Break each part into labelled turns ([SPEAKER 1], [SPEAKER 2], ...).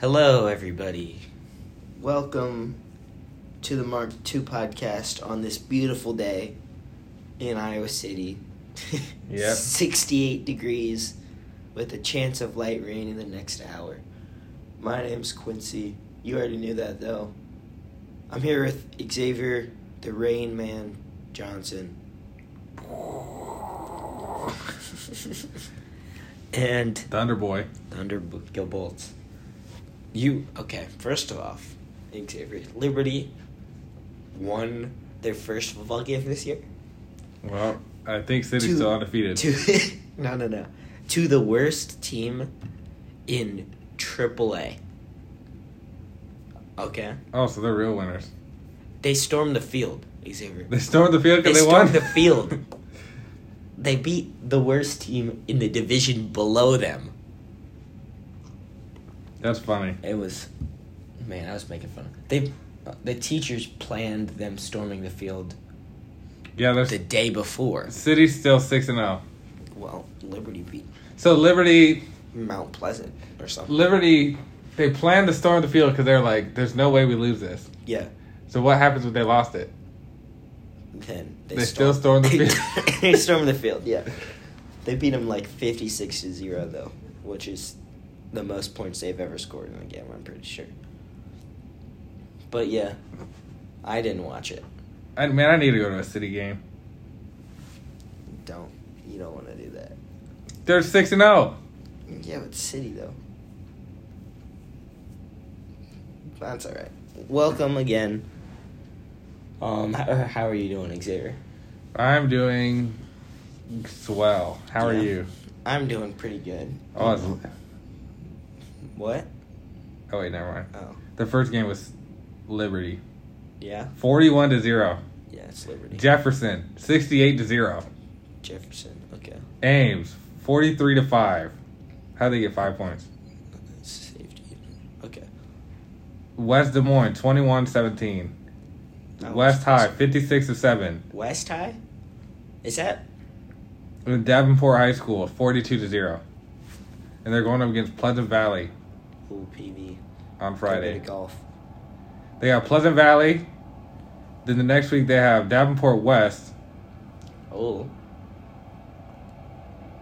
[SPEAKER 1] Hello, everybody.
[SPEAKER 2] Welcome to the Mark II podcast on this beautiful day in Iowa City.
[SPEAKER 3] Yep.
[SPEAKER 2] 68 degrees with a chance of light rain in the next hour. My name's Quincy. You already knew that, though. I'm here with Xavier, the Rain Man Johnson. and
[SPEAKER 3] Thunderboy.
[SPEAKER 2] Thunderbolt. You okay? First off, Xavier Liberty won their first football game this year.
[SPEAKER 3] Well, I think City's
[SPEAKER 2] To-
[SPEAKER 3] still undefeated.
[SPEAKER 2] To no, no, no, to the worst team in AAA. Okay,
[SPEAKER 3] Oh, so they're real winners.
[SPEAKER 2] they stormed the field, Xavier.
[SPEAKER 3] They stormed the field
[SPEAKER 2] They
[SPEAKER 3] because they,
[SPEAKER 2] stormed
[SPEAKER 3] won.
[SPEAKER 2] the field. They beat the worst team in the division below them.
[SPEAKER 3] That's funny.
[SPEAKER 2] It was, man, I was making fun. of They, the teachers planned them storming the field
[SPEAKER 3] Yeah,
[SPEAKER 2] the
[SPEAKER 3] there's
[SPEAKER 2] day before.
[SPEAKER 3] City's still six and zero.
[SPEAKER 2] Well, Liberty beat
[SPEAKER 3] So Liberty,
[SPEAKER 2] Mount Pleasant or something.
[SPEAKER 3] Liberty, they planned to storm the field because they're like, "There's no way we lose this."
[SPEAKER 2] yeah.
[SPEAKER 3] So what happens when they lost it?
[SPEAKER 2] Then
[SPEAKER 3] They still stormed the field.
[SPEAKER 2] they stormed the field. Yeah, they beat them like fifty-six to zero though, which is the most points they've ever scored in a game. I'm pretty sure. But yeah, I didn't watch it.
[SPEAKER 3] I, man, I need to go to a City game.
[SPEAKER 2] Don't you don't want to do that?
[SPEAKER 3] They're six and oh. zero.
[SPEAKER 2] Yeah, but City though. That's all right. Welcome again. Um, how, how are you doing, Xavier?
[SPEAKER 3] I'm doing swell. How are
[SPEAKER 2] Yeah.
[SPEAKER 3] you?
[SPEAKER 2] I'm doing pretty good.
[SPEAKER 3] Oh, it's-
[SPEAKER 2] What?
[SPEAKER 3] oh wait, never mind.
[SPEAKER 2] Oh,
[SPEAKER 3] The first game was Liberty,
[SPEAKER 2] yeah,
[SPEAKER 3] forty-one to zero.
[SPEAKER 2] yeah. It's Liberty.
[SPEAKER 3] Jefferson, sixty-eight to zero.
[SPEAKER 2] Jefferson. Okay.
[SPEAKER 3] Ames, forty-three to five. How would they get five points?
[SPEAKER 2] Safety. Okay.
[SPEAKER 3] West Des Moines, 21-17.
[SPEAKER 2] That
[SPEAKER 3] West
[SPEAKER 2] was-
[SPEAKER 3] High, fifty-six to seven.
[SPEAKER 2] West High. Is that?
[SPEAKER 3] And Davenport High School, forty-two to zero. And they're going up against Pleasant Valley
[SPEAKER 2] Ooh, PV.
[SPEAKER 3] on
[SPEAKER 2] Go
[SPEAKER 3] Friday.
[SPEAKER 2] to golf.
[SPEAKER 3] They got Pleasant Valley. Then the next week they have Davenport West,
[SPEAKER 2] Oh,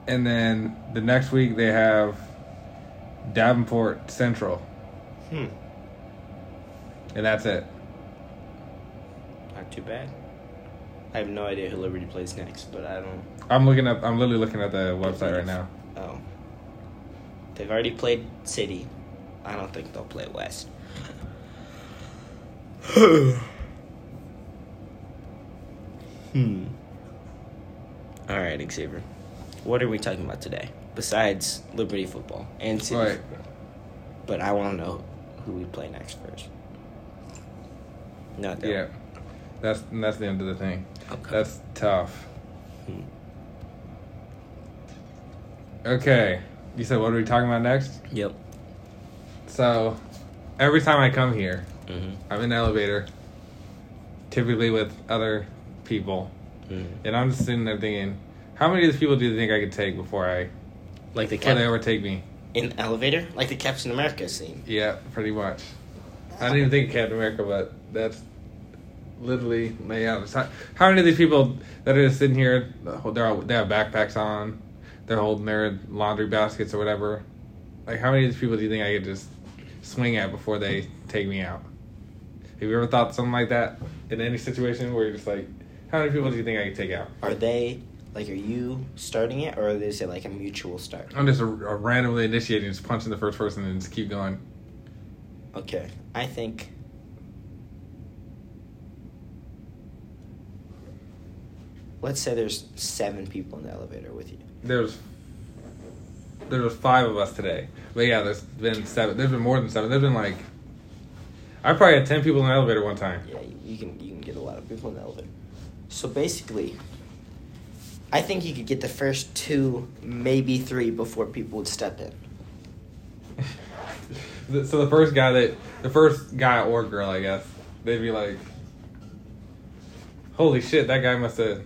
[SPEAKER 3] and then the next week they have Davenport Central,
[SPEAKER 2] hmm.
[SPEAKER 3] and that's it.
[SPEAKER 2] Not too bad. I have no idea who Liberty plays next, but I don't.
[SPEAKER 3] I'm looking up. I'm literally looking at the website right now.
[SPEAKER 2] Oh. They've already played City. I don't think they'll play West. hmm. All right, Xavier. What are we talking about today? Besides Liberty football and City.
[SPEAKER 3] All right.
[SPEAKER 2] football. But I want to know who we play next first. Not that.
[SPEAKER 3] Yeah, that's and that's the end of the thing.
[SPEAKER 2] Okay.
[SPEAKER 3] That's tough.
[SPEAKER 2] Hmm.
[SPEAKER 3] Okay, you said what are we talking about next?
[SPEAKER 2] Yep.
[SPEAKER 3] So, every time I come here,
[SPEAKER 2] hmm
[SPEAKER 3] I'm in the elevator, typically with other people,
[SPEAKER 2] Mm-hmm.
[SPEAKER 3] and I'm just sitting there thinking, how many of these people do you think I could take before I
[SPEAKER 2] Like the
[SPEAKER 3] before Oh, they
[SPEAKER 2] cap-
[SPEAKER 3] overtake me?
[SPEAKER 2] in the elevator, like the Captain America scene.
[SPEAKER 3] Yeah, pretty much. I didn't even think of Captain America, but that's literally laid out. It's not- How many of these people that are just sitting here, they're all, they have backpacks on, they're holding their laundry baskets or whatever. Like, how many of these people do you think I could just swing at before they take me out? Have you ever thought something like that in any situation where you're just like, how many people do you think I could take out?
[SPEAKER 2] Are they like? Are you starting it, or is it like a mutual start?
[SPEAKER 3] I'm just a, a randomly initiating, just punching the first person and just keep going.
[SPEAKER 2] Okay, I think. Let's say there's seven people in the elevator with you.
[SPEAKER 3] there's there was five of us today. But yeah, there's been seven. There's been more than seven. There's been like I probably had ten people in the elevator one time.
[SPEAKER 2] Yeah, you- you can you can get a lot of people in the elevator. So basically, I think you could get the first two, maybe three, before people would step in.
[SPEAKER 3] The- so the first guy that the first guy or girl, I guess, they'd be like, "Holy shit, that guy must have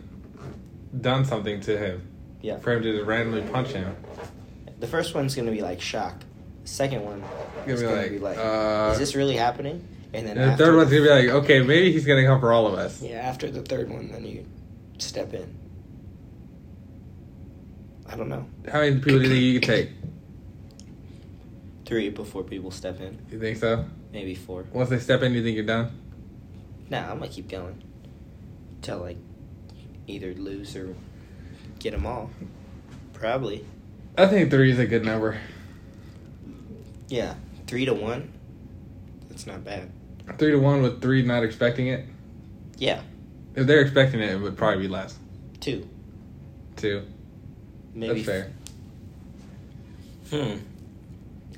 [SPEAKER 3] done something to him
[SPEAKER 2] Yeah.
[SPEAKER 3] for him to just randomly punch him."
[SPEAKER 2] The first one's gonna be like shock. second one
[SPEAKER 3] Gonna
[SPEAKER 2] is
[SPEAKER 3] be
[SPEAKER 2] gonna
[SPEAKER 3] like,
[SPEAKER 2] be like,
[SPEAKER 3] uh,
[SPEAKER 2] is this really happening? And then
[SPEAKER 3] And the
[SPEAKER 2] after
[SPEAKER 3] third one's gonna be like, okay, maybe he's gonna come for all of us.
[SPEAKER 2] yeah, after the third one, then you step in. I don't know.
[SPEAKER 3] How many people do you think you can take?
[SPEAKER 2] Three before people step in,
[SPEAKER 3] You think so?
[SPEAKER 2] maybe four.
[SPEAKER 3] Once they step in, you think you're done?
[SPEAKER 2] Nah, I'm gonna keep going till like either lose or get them all. Probably.
[SPEAKER 3] I think three is a good number.
[SPEAKER 2] Yeah, three to one. That's not bad.
[SPEAKER 3] Three to one with three not expecting it.
[SPEAKER 2] Yeah,
[SPEAKER 3] If they're expecting it, it would probably be less.
[SPEAKER 2] two.
[SPEAKER 3] Two.
[SPEAKER 2] Maybe.
[SPEAKER 3] That's fair.
[SPEAKER 2] Hmm.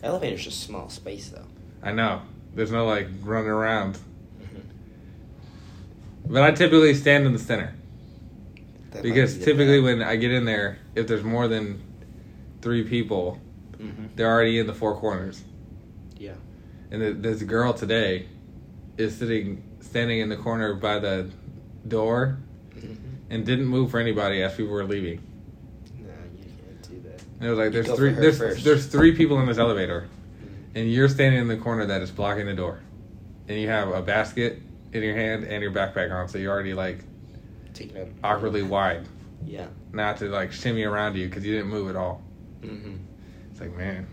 [SPEAKER 2] Elevator's just small space though.
[SPEAKER 3] I know. There's no like running around.
[SPEAKER 2] Mm-hmm.
[SPEAKER 3] But I typically stand in the center
[SPEAKER 2] That
[SPEAKER 3] because typically when I get in there, if there's more than three people,
[SPEAKER 2] hmm
[SPEAKER 3] they're already in the four corners.
[SPEAKER 2] Yeah.
[SPEAKER 3] And th- this girl today is sitting, standing in the corner by the door
[SPEAKER 2] Mm-hmm.
[SPEAKER 3] and didn't move for anybody as people were leaving.
[SPEAKER 2] No, you can't do that.
[SPEAKER 3] And it was like, there's
[SPEAKER 2] go
[SPEAKER 3] three,
[SPEAKER 2] for her
[SPEAKER 3] there's,
[SPEAKER 2] first.
[SPEAKER 3] there's three people in this elevator, and you're standing in the corner that is blocking the door, and you have a basket in your hand and your backpack on, so you're already like
[SPEAKER 2] Taking up.
[SPEAKER 3] awkwardly wide,
[SPEAKER 2] Yeah.
[SPEAKER 3] not to like shimmy around you because you didn't move at all.
[SPEAKER 2] Mm-hmm.
[SPEAKER 3] It's like, man,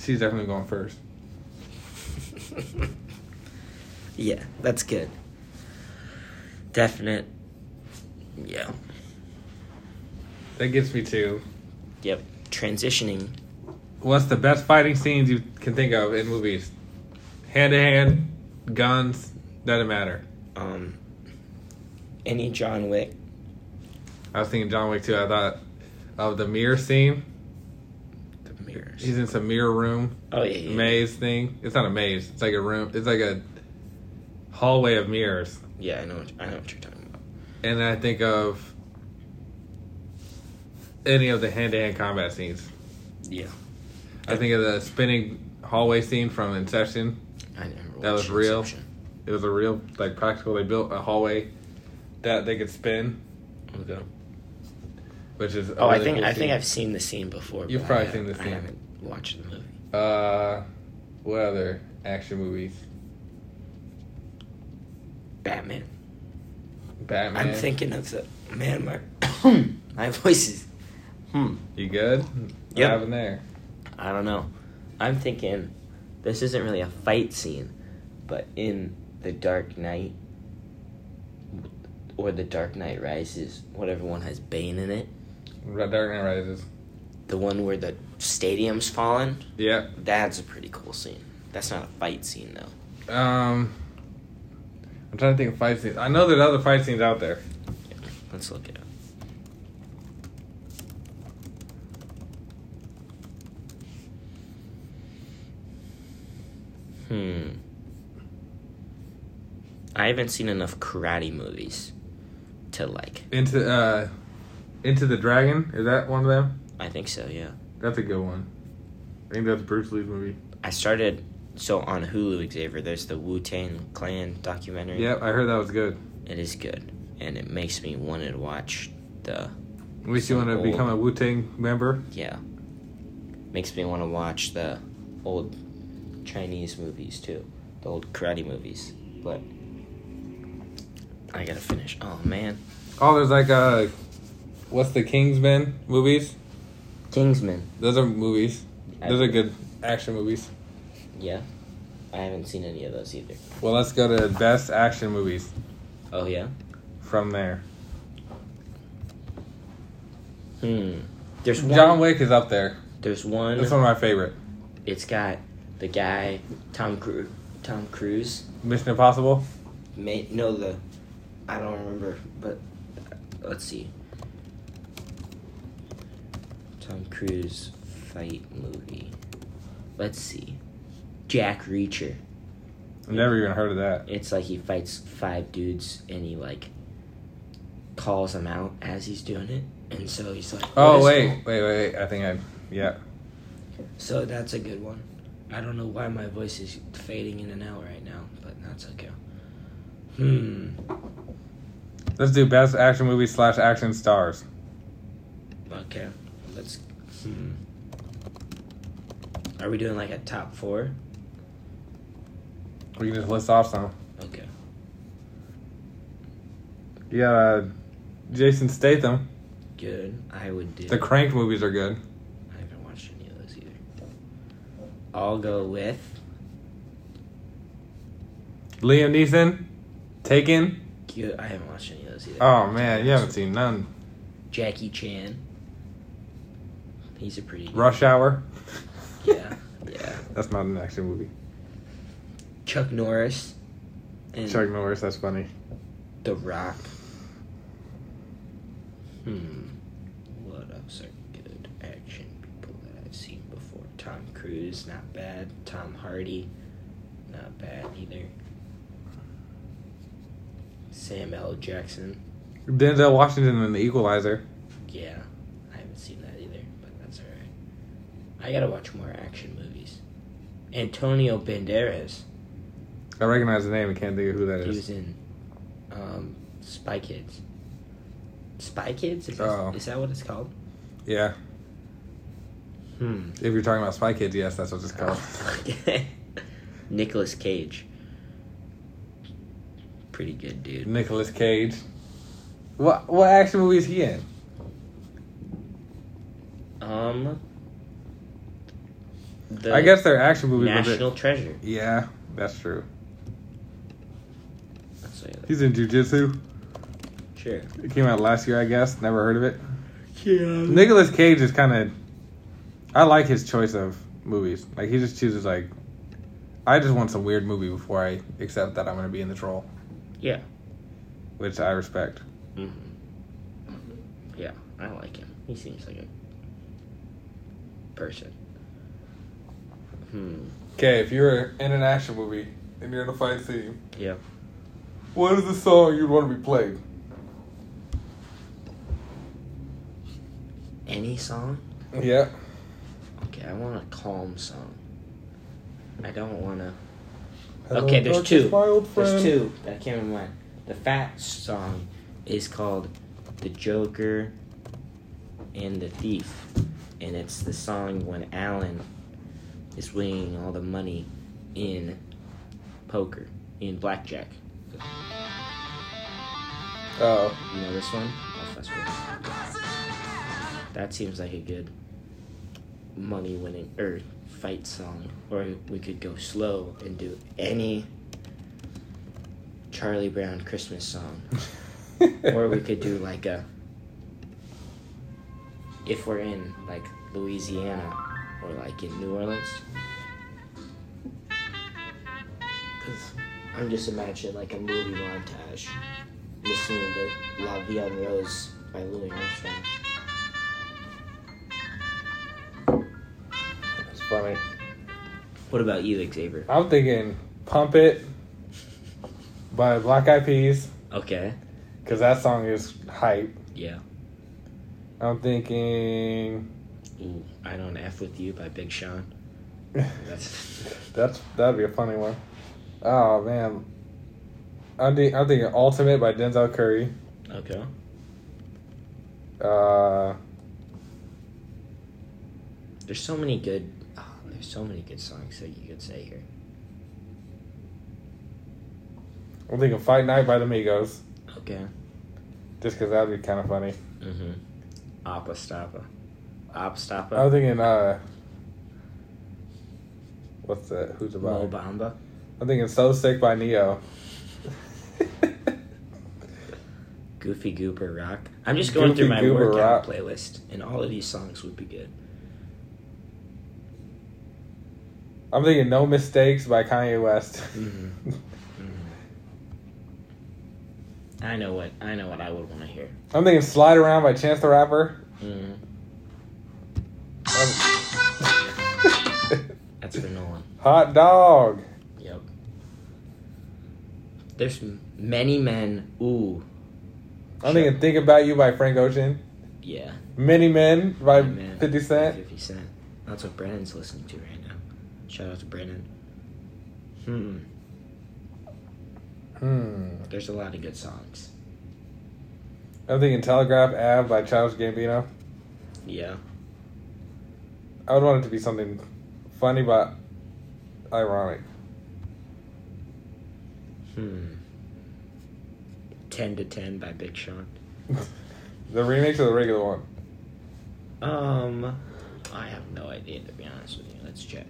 [SPEAKER 3] she's definitely going first.
[SPEAKER 2] yeah, that's good. Definite. Yeah.
[SPEAKER 3] That gets me to
[SPEAKER 2] Yep. Transitioning.
[SPEAKER 3] what's the best fighting scenes you can think of in movies? Hand to hand, guns, doesn't matter.
[SPEAKER 2] Um. Any John Wick.
[SPEAKER 3] I was thinking John Wick too. I thought of the mirror scene.
[SPEAKER 2] The mirrors.
[SPEAKER 3] He's in some mirror room.
[SPEAKER 2] oh yeah. yeah, yeah.
[SPEAKER 3] maze thing. It's not a maze. It's like a room. It's like a hallway of mirrors.
[SPEAKER 2] Yeah, I know. What, I know what you're talking about.
[SPEAKER 3] And I think of any of the hand-to-hand combat scenes.
[SPEAKER 2] Yeah.
[SPEAKER 3] I think of the spinning hallway scene from Inception.
[SPEAKER 2] I never.
[SPEAKER 3] That was
[SPEAKER 2] watched
[SPEAKER 3] real.
[SPEAKER 2] Inception.
[SPEAKER 3] It was a real, like, practical. They built a hallway that they could spin,
[SPEAKER 2] Okay.
[SPEAKER 3] which is. a
[SPEAKER 2] Oh, I
[SPEAKER 3] really
[SPEAKER 2] think
[SPEAKER 3] cool
[SPEAKER 2] I
[SPEAKER 3] scene.
[SPEAKER 2] think I've seen the scene before.
[SPEAKER 3] You've
[SPEAKER 2] but
[SPEAKER 3] probably
[SPEAKER 2] I
[SPEAKER 3] seen the
[SPEAKER 2] haven't-
[SPEAKER 3] scene.
[SPEAKER 2] I haven't watched the movie.
[SPEAKER 3] Uh, what other action movies?
[SPEAKER 2] Batman.
[SPEAKER 3] Batman.
[SPEAKER 2] I'm thinking of the man. My my voice is. Hmm.
[SPEAKER 3] You good? What
[SPEAKER 2] Yep.
[SPEAKER 3] happened there?
[SPEAKER 2] I don't know. I'm thinking this isn't really a fight scene, but in The Dark Knight or The Dark Knight Rises, whatever one has Bane in it,
[SPEAKER 3] Dark Knight Rises.
[SPEAKER 2] the one where the stadium's falling,
[SPEAKER 3] Yep.
[SPEAKER 2] that's a pretty cool scene. That's not a fight scene though.
[SPEAKER 3] Um, I'm trying to think of fight scenes. I know there's other fight scenes out there.
[SPEAKER 2] Let's look it up. Hmm. I haven't seen enough karate movies to like.
[SPEAKER 3] Into uh, Into the Dragon is that one of them?
[SPEAKER 2] I think so, yeah.
[SPEAKER 3] That's a good one. I think that's Bruce Lee's movie.
[SPEAKER 2] I started so on Hulu Xavier, there's the Wu Tang Clan documentary.
[SPEAKER 3] Yep, I heard that was good.
[SPEAKER 2] It is good, and it makes me want to watch the
[SPEAKER 3] We you want to
[SPEAKER 2] Old.
[SPEAKER 3] become a Wu Tang member.
[SPEAKER 2] Yeah. Makes me want to watch the old Chinese movies too, the old karate movies. But I gotta finish. Oh man,
[SPEAKER 3] Oh, there's like uh, what's the Kingsman movies?
[SPEAKER 2] Kingsman.
[SPEAKER 3] Those are movies.
[SPEAKER 2] I-
[SPEAKER 3] Those are good action movies.
[SPEAKER 2] Yeah, I haven't seen any of those either.
[SPEAKER 3] Well, let's go to best action movies
[SPEAKER 2] Oh yeah.
[SPEAKER 3] from there.
[SPEAKER 2] Hmm. There's one.
[SPEAKER 3] John Wick is up there.
[SPEAKER 2] There's one.
[SPEAKER 3] That's one of my favorite.
[SPEAKER 2] It's got the guy Tom Cruise. Tom Cruise.
[SPEAKER 3] Mission Impossible.
[SPEAKER 2] May no the. I don't remember, but uh, let's see. Tom Cruise fight movie. Let's see. Jack Reacher.
[SPEAKER 3] I've never even heard of that.
[SPEAKER 2] It's like he fights five dudes and he like calls them out as he's doing it, and so he's like. what
[SPEAKER 3] Oh
[SPEAKER 2] is
[SPEAKER 3] wait, wait, wait, wait. I think I yeah.
[SPEAKER 2] going- So that's a good one. I don't know why my voice is fading in and out right now, but that's okay. Hmm.
[SPEAKER 3] Let's do best action movie slash action stars.
[SPEAKER 2] Okay. Let's. Hmm. Are we doing like a top four?
[SPEAKER 3] We can just list off some.
[SPEAKER 2] Okay.
[SPEAKER 3] You got uh, Jason Statham.
[SPEAKER 2] Good. I would do.
[SPEAKER 3] The Crank movies are good.
[SPEAKER 2] I haven't watched any of those either. I'll go with.
[SPEAKER 3] Liam Neeson. Taken.
[SPEAKER 2] Good. I haven't watched any of those either.
[SPEAKER 3] Oh man, you haven't seen none.
[SPEAKER 2] Jackie Chan. He's a pretty.
[SPEAKER 3] Rush Hour.
[SPEAKER 2] Yeah. Yeah.
[SPEAKER 3] That's not an action movie.
[SPEAKER 2] Chuck Norris. And
[SPEAKER 3] Chuck Norris. That's funny.
[SPEAKER 2] The Rock. Hmm. What else are good action people that I've seen before? Tom Cruise, not bad. Tom Hardy, not bad either. Sam L. Jackson,
[SPEAKER 3] Denzel Washington in The Equalizer.
[SPEAKER 2] yeah. I haven't seen that either, but that's alright. I gotta watch more action movies. Antonio Banderas,
[SPEAKER 3] I recognize the name. I can't think of who that
[SPEAKER 2] he was
[SPEAKER 3] is.
[SPEAKER 2] in um, Spy Kids. Spy Kids? Is,
[SPEAKER 3] Oh.
[SPEAKER 2] is that what it's called?
[SPEAKER 3] Yeah.
[SPEAKER 2] Hmm.
[SPEAKER 3] If you're talking about Spy Kids, yes, that's what it's called.
[SPEAKER 2] Nicholas Cage. Pretty good dude.
[SPEAKER 3] Nicholas Cage. What what action movie is he in?
[SPEAKER 2] Um the
[SPEAKER 3] I guess they're action movies. but they-
[SPEAKER 2] National Treasure.
[SPEAKER 3] Yeah, that's true.
[SPEAKER 2] That's like,
[SPEAKER 3] He's in jujitsu.
[SPEAKER 2] sure.
[SPEAKER 3] It came out last year, I guess. Never heard of it. Nicholas Cage is kind of. I like his choice of movies. Like he just chooses like. I just want some weird movie before I accept that I'm going to be in this role,
[SPEAKER 2] Yeah.
[SPEAKER 3] which I respect.
[SPEAKER 2] hmm Mm-hmm. Yeah, I like him. He seems like a person. Hmm.
[SPEAKER 3] Okay, if you're in an action movie and you're in a fight scene,
[SPEAKER 2] Yeah.
[SPEAKER 3] what is the song you'd want to be played?
[SPEAKER 2] Any song?
[SPEAKER 3] Yeah.
[SPEAKER 2] Okay, I want a calm song. I don't want to Okay, there's two. There's two that came to mind. The Fat song is called "The Joker and the Thief," and it's the song when Alan is winning all the money in poker in blackjack.
[SPEAKER 3] Oh.
[SPEAKER 2] You know this one? Oh, that's right. That seems like a good money winning or fight song. Or we could go slow and do any Charlie Brown Christmas song. or we could do like a if we're in like Louisiana or like in New Orleans. 'Cause I'm just imagining like a movie montage, listening to La Vie en Rose by Louis Armstrong.
[SPEAKER 3] That's funny.
[SPEAKER 2] What about you, Xavier?
[SPEAKER 3] I'm thinking Pump It by Black Eyed Peas,
[SPEAKER 2] Okay.
[SPEAKER 3] because that song is hype.
[SPEAKER 2] Yeah.
[SPEAKER 3] I'm thinking
[SPEAKER 2] Ooh, I don't f with you by Big Sean. That's
[SPEAKER 3] that's that'd be a funny one. Oh man. I'm, thi- I'm thinking Ultimate by Denzel Curry.
[SPEAKER 2] okay.
[SPEAKER 3] Uh,
[SPEAKER 2] There's so many good. Oh, there's so many good songs that you could say here.
[SPEAKER 3] I'm thinking Fight Night by the Migos,
[SPEAKER 2] Okay.
[SPEAKER 3] just because that'd be kind of funny.
[SPEAKER 2] Mm-hmm. Appa Stappa. Appa
[SPEAKER 3] I'm
[SPEAKER 2] Stappa.
[SPEAKER 3] thinking uh, what's that? Who's the
[SPEAKER 2] Mo
[SPEAKER 3] vibe?
[SPEAKER 2] Bamba.
[SPEAKER 3] I'm thinking So Sick by Neo.
[SPEAKER 2] Goofy Goober Rock. I'm just going through my
[SPEAKER 3] Goofy Goober
[SPEAKER 2] workout
[SPEAKER 3] Rock.
[SPEAKER 2] playlist, and all of these songs would be good.
[SPEAKER 3] I'm thinking No Mistakes by Kanye West.
[SPEAKER 2] Mhm.
[SPEAKER 3] Mm-hmm.
[SPEAKER 2] I know what I know what I would want to hear.
[SPEAKER 3] I'm thinking Slide Around by Chance the Rapper.
[SPEAKER 2] Mm,
[SPEAKER 3] I'm-
[SPEAKER 2] that's for Nolan.
[SPEAKER 3] Hot Dog.
[SPEAKER 2] Yep. There's m- many men. Ooh,
[SPEAKER 3] I'm thinking Think About You by Frank Ocean.
[SPEAKER 2] yeah.
[SPEAKER 3] Many Men by
[SPEAKER 2] Many Men
[SPEAKER 3] 50 Cent.
[SPEAKER 2] Fifty Cent. That's what Brennan's listening to right now. Shout out to Brennan. Hmm.
[SPEAKER 3] Hmm.
[SPEAKER 2] There's a lot of good songs.
[SPEAKER 3] I'm thinking Telegraph Ave by Childish Gambino.
[SPEAKER 2] Yeah.
[SPEAKER 3] I would want it to be something Funny but ironic.
[SPEAKER 2] Hmm. 10 to 10 by Big Sean.
[SPEAKER 3] The remix or the regular one?
[SPEAKER 2] Um, I have no idea to be honest with you. Let's check.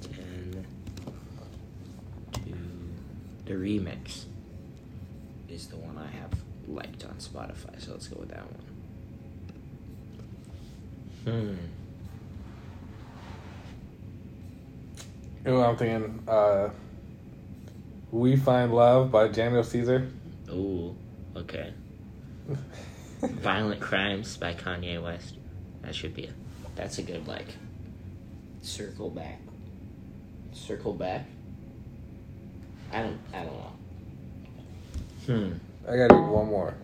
[SPEAKER 2] 10 to the remix is the one I have liked on Spotify, so let's go with that one. Hmm.
[SPEAKER 3] Ooh, I'm thinking uh, We Find Love by Daniel Caesar.
[SPEAKER 2] Ooh, okay. Violent Crimes by Kanye West. That should be a. That's a good like. Circle back. Circle back. I don't. I don't know. Hmm.
[SPEAKER 3] I gotta do one more.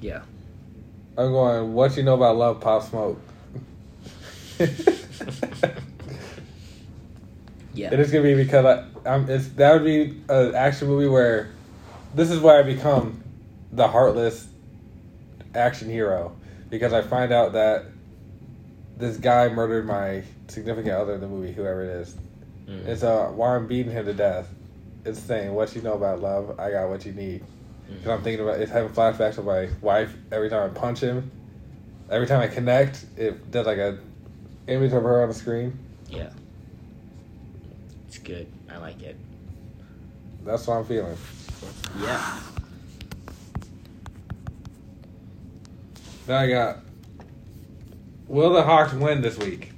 [SPEAKER 2] Yeah.
[SPEAKER 3] I'm going, What You Know About Love, Pop Smoke.
[SPEAKER 2] Yeah.
[SPEAKER 3] It is gonna be because I, I'm. It's that would be an action movie where, this is where I become, the heartless, action hero, because I find out that, this guy murdered my significant other in the movie, whoever it is.
[SPEAKER 2] Mm.
[SPEAKER 3] It's uh while I'm beating him to death, it's saying what you know about love. I got what you need.
[SPEAKER 2] Mm.
[SPEAKER 3] 'Cause I'm thinking about it's having flashbacks of my wife every time I punch him, every time I connect, it does like a image of her on the screen.
[SPEAKER 2] Yeah. It's good. I like it.
[SPEAKER 3] That's what I'm feeling.
[SPEAKER 2] Yeah.
[SPEAKER 3] Then I got. Will the Hawks win this week?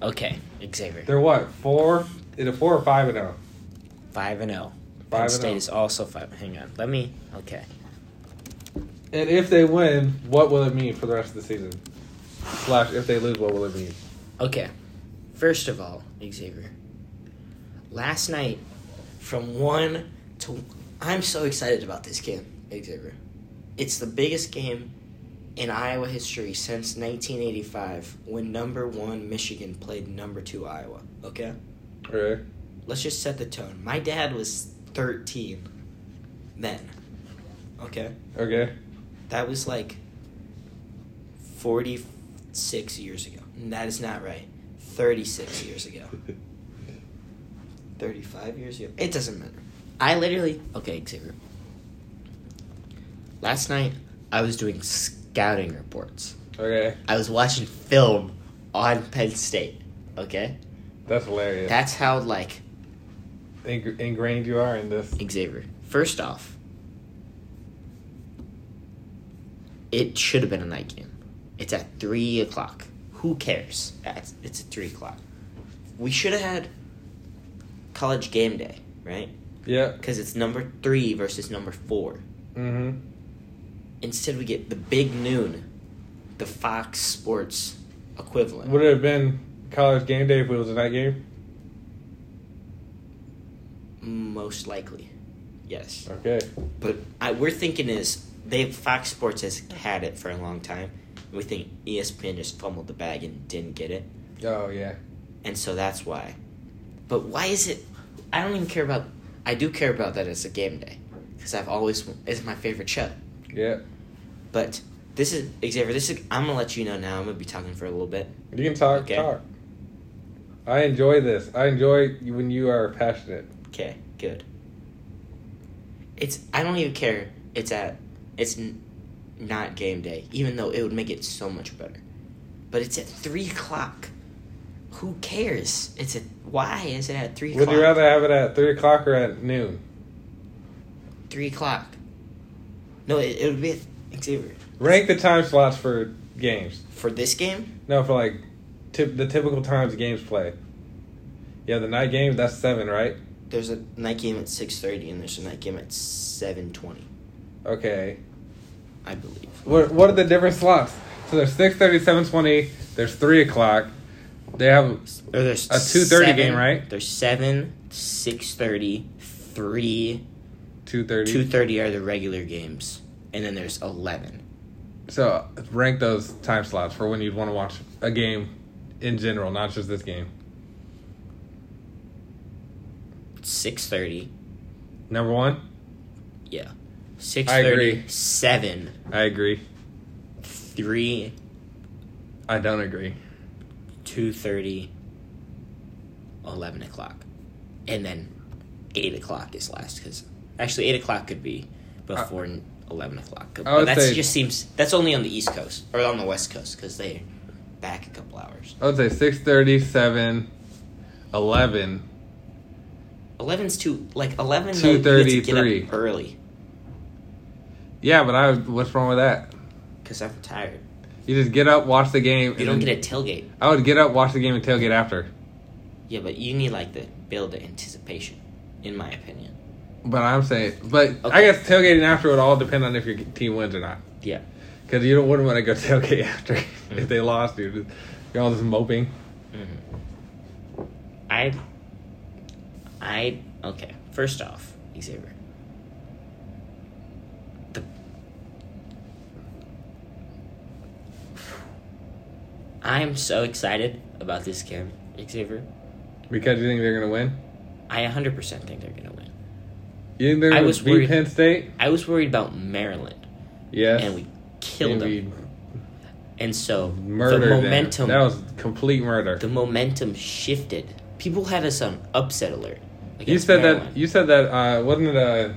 [SPEAKER 2] Okay, Xavier.
[SPEAKER 3] They're what four? Is it four or five and zero?
[SPEAKER 2] Five and zero.
[SPEAKER 3] Five
[SPEAKER 2] Penn
[SPEAKER 3] and
[SPEAKER 2] State
[SPEAKER 3] oh.
[SPEAKER 2] is also five. Hang on. Let me. Okay.
[SPEAKER 3] And if they win, what will it mean for the rest of the season? Slash, if they lose, what will it mean?
[SPEAKER 2] Okay. First of all, Xavier. Last night, from one to, I'm so excited about this game, Xavier. It's the biggest game in Iowa history since 1985, when number one Michigan played number two Iowa. Okay.
[SPEAKER 3] Right?
[SPEAKER 2] let's just set the tone. My dad was 13 then. Okay?
[SPEAKER 3] Okay.
[SPEAKER 2] That was like 46 years ago. And that is not right. 36 years ago. 35 years ago. It doesn't matter. I literally. Okay, Xavier. Last night, I was doing scouting reports.
[SPEAKER 3] Okay.
[SPEAKER 2] I was watching film on Penn State. Okay?
[SPEAKER 3] That's hilarious.
[SPEAKER 2] That's how, like,
[SPEAKER 3] Ing- ingrained you are in this.
[SPEAKER 2] Xavier, first off, it should have been a night game. It's at 3 o'clock. Who cares? It's, it's at 3 o'clock. We should have had college game day, right?
[SPEAKER 3] Yep.
[SPEAKER 2] Because it's number 3 versus number 4.
[SPEAKER 3] Mm-hmm.
[SPEAKER 2] Instead, we get the big noon, the Fox Sports equivalent.
[SPEAKER 3] Would it have been college game day if it was a night game?
[SPEAKER 2] Most likely. Yes.
[SPEAKER 3] Okay.
[SPEAKER 2] But I, we're thinking is they Fox Sports has had it for a long time. We think E ESPN just fumbled the bag and didn't get it,
[SPEAKER 3] Oh yeah.
[SPEAKER 2] and so that's why. But why is it? I don't even care about. I do care about that it's a game day because I've always it's my favorite show.
[SPEAKER 3] Yeah.
[SPEAKER 2] But this is Xavier. This is I'm gonna let you know now. I'm gonna be talking for a little bit.
[SPEAKER 3] You can talk.
[SPEAKER 2] Okay.
[SPEAKER 3] Talk. I enjoy this. I enjoy when you are passionate.
[SPEAKER 2] Okay, good. It's I don't even care. It's at it's n- not game day, even though it would make it so much better. But it's at three o'clock. Who cares? It's at why is it at three
[SPEAKER 3] Would
[SPEAKER 2] o'clock?
[SPEAKER 3] you rather have it at three o'clock or at noon?
[SPEAKER 2] three o'clock? No, it, it would be at Xavier
[SPEAKER 3] Rank the time slots for games.
[SPEAKER 2] for this game.
[SPEAKER 3] No, for like tip, the typical times games play. Yeah, the night game that's seven, right?
[SPEAKER 2] There's a night game at six thirty, and there's a night game at seven twenty,
[SPEAKER 3] Okay.
[SPEAKER 2] I believe.
[SPEAKER 3] What what are the different slots? So there's six thirty, seven twenty. There's three o'clock. They have
[SPEAKER 2] Or there's
[SPEAKER 3] A 2:30
[SPEAKER 2] seven-
[SPEAKER 3] game, right?
[SPEAKER 2] There's seven, six thirty, three.
[SPEAKER 3] two thirty.
[SPEAKER 2] Two thirty are the regular games, and then there's eleven.
[SPEAKER 3] So rank those time slots for when you'd want to watch a game in general, not just this game.
[SPEAKER 2] Six thirty,
[SPEAKER 3] Number one,
[SPEAKER 2] yeah. Six
[SPEAKER 3] I
[SPEAKER 2] thirty,
[SPEAKER 3] agree.
[SPEAKER 2] seven,
[SPEAKER 3] I agree.
[SPEAKER 2] three,
[SPEAKER 3] I don't agree.
[SPEAKER 2] 2.30, 11 o'clock. And then 8 o'clock is last because actually 8 o'clock could be before 11 o'clock.
[SPEAKER 3] I would
[SPEAKER 2] But that
[SPEAKER 3] say-
[SPEAKER 2] just seems, that's only on the East Coast or on the West Coast because they're back a couple hours.
[SPEAKER 3] I would say 6.30, 7, 11.
[SPEAKER 2] 11's too, like 11 you have to
[SPEAKER 3] 2:33.
[SPEAKER 2] get up early
[SPEAKER 3] Yeah, but I would- what's wrong with that?
[SPEAKER 2] because I'm tired.
[SPEAKER 3] You just get up, watch the game.
[SPEAKER 2] You don't get a tailgate.
[SPEAKER 3] I would get up, watch the game, and tailgate after.
[SPEAKER 2] Yeah, but you need like the build the anticipation, in my opinion.
[SPEAKER 3] But I'm saying, but I
[SPEAKER 2] Okay.
[SPEAKER 3] guess tailgating after would all depend on if your team wins or not.
[SPEAKER 2] Yeah.
[SPEAKER 3] Because you don't, wouldn't want to go tailgate after
[SPEAKER 2] Mm-hmm.
[SPEAKER 3] if they lost, dude. You're all just moping.
[SPEAKER 2] Mm-hmm. I. I okay. First off, Xavier. The. I am so excited about this game, Xavier.
[SPEAKER 3] Because you think they're going to win?
[SPEAKER 2] I 100% think they're gonna win.
[SPEAKER 3] You think they're
[SPEAKER 2] I
[SPEAKER 3] going
[SPEAKER 2] was
[SPEAKER 3] to beat
[SPEAKER 2] worried-
[SPEAKER 3] Penn State?
[SPEAKER 2] I was worried about Maryland,
[SPEAKER 3] Yes.
[SPEAKER 2] and we killed
[SPEAKER 3] And we
[SPEAKER 2] them. And so
[SPEAKER 3] Murdered
[SPEAKER 2] the
[SPEAKER 3] them.
[SPEAKER 2] momentum
[SPEAKER 3] That was complete murder.
[SPEAKER 2] the momentum shifted. People had us on upset alert.
[SPEAKER 3] You
[SPEAKER 2] against
[SPEAKER 3] said
[SPEAKER 2] Maryland.
[SPEAKER 3] that. You said that. Uh, wasn't it a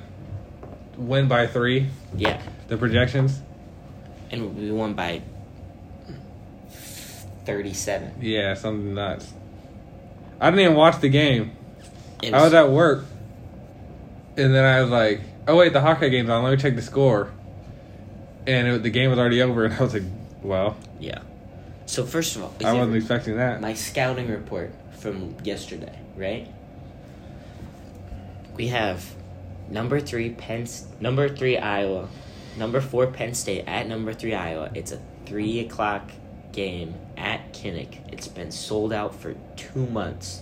[SPEAKER 3] win by three?
[SPEAKER 2] yeah,
[SPEAKER 3] The projections.
[SPEAKER 2] and we won by thirty-seven.
[SPEAKER 3] Yeah, something nuts. I didn't even watch the game.
[SPEAKER 2] It
[SPEAKER 3] I
[SPEAKER 2] was-
[SPEAKER 3] was at work, and then I was like, "Oh wait, the Hawkeye game's on. Let me check the score." And it, the game was already over, and I was like, "Well,
[SPEAKER 2] yeah. So first of all,
[SPEAKER 3] I wasn't
[SPEAKER 2] Xavier,
[SPEAKER 3] expecting that."
[SPEAKER 2] my scouting report from yesterday, right? We have number three Penn, S- number three Iowa, number four Penn State at number three Iowa. It's a three o'clock game at Kinnick. It's been sold out for two months.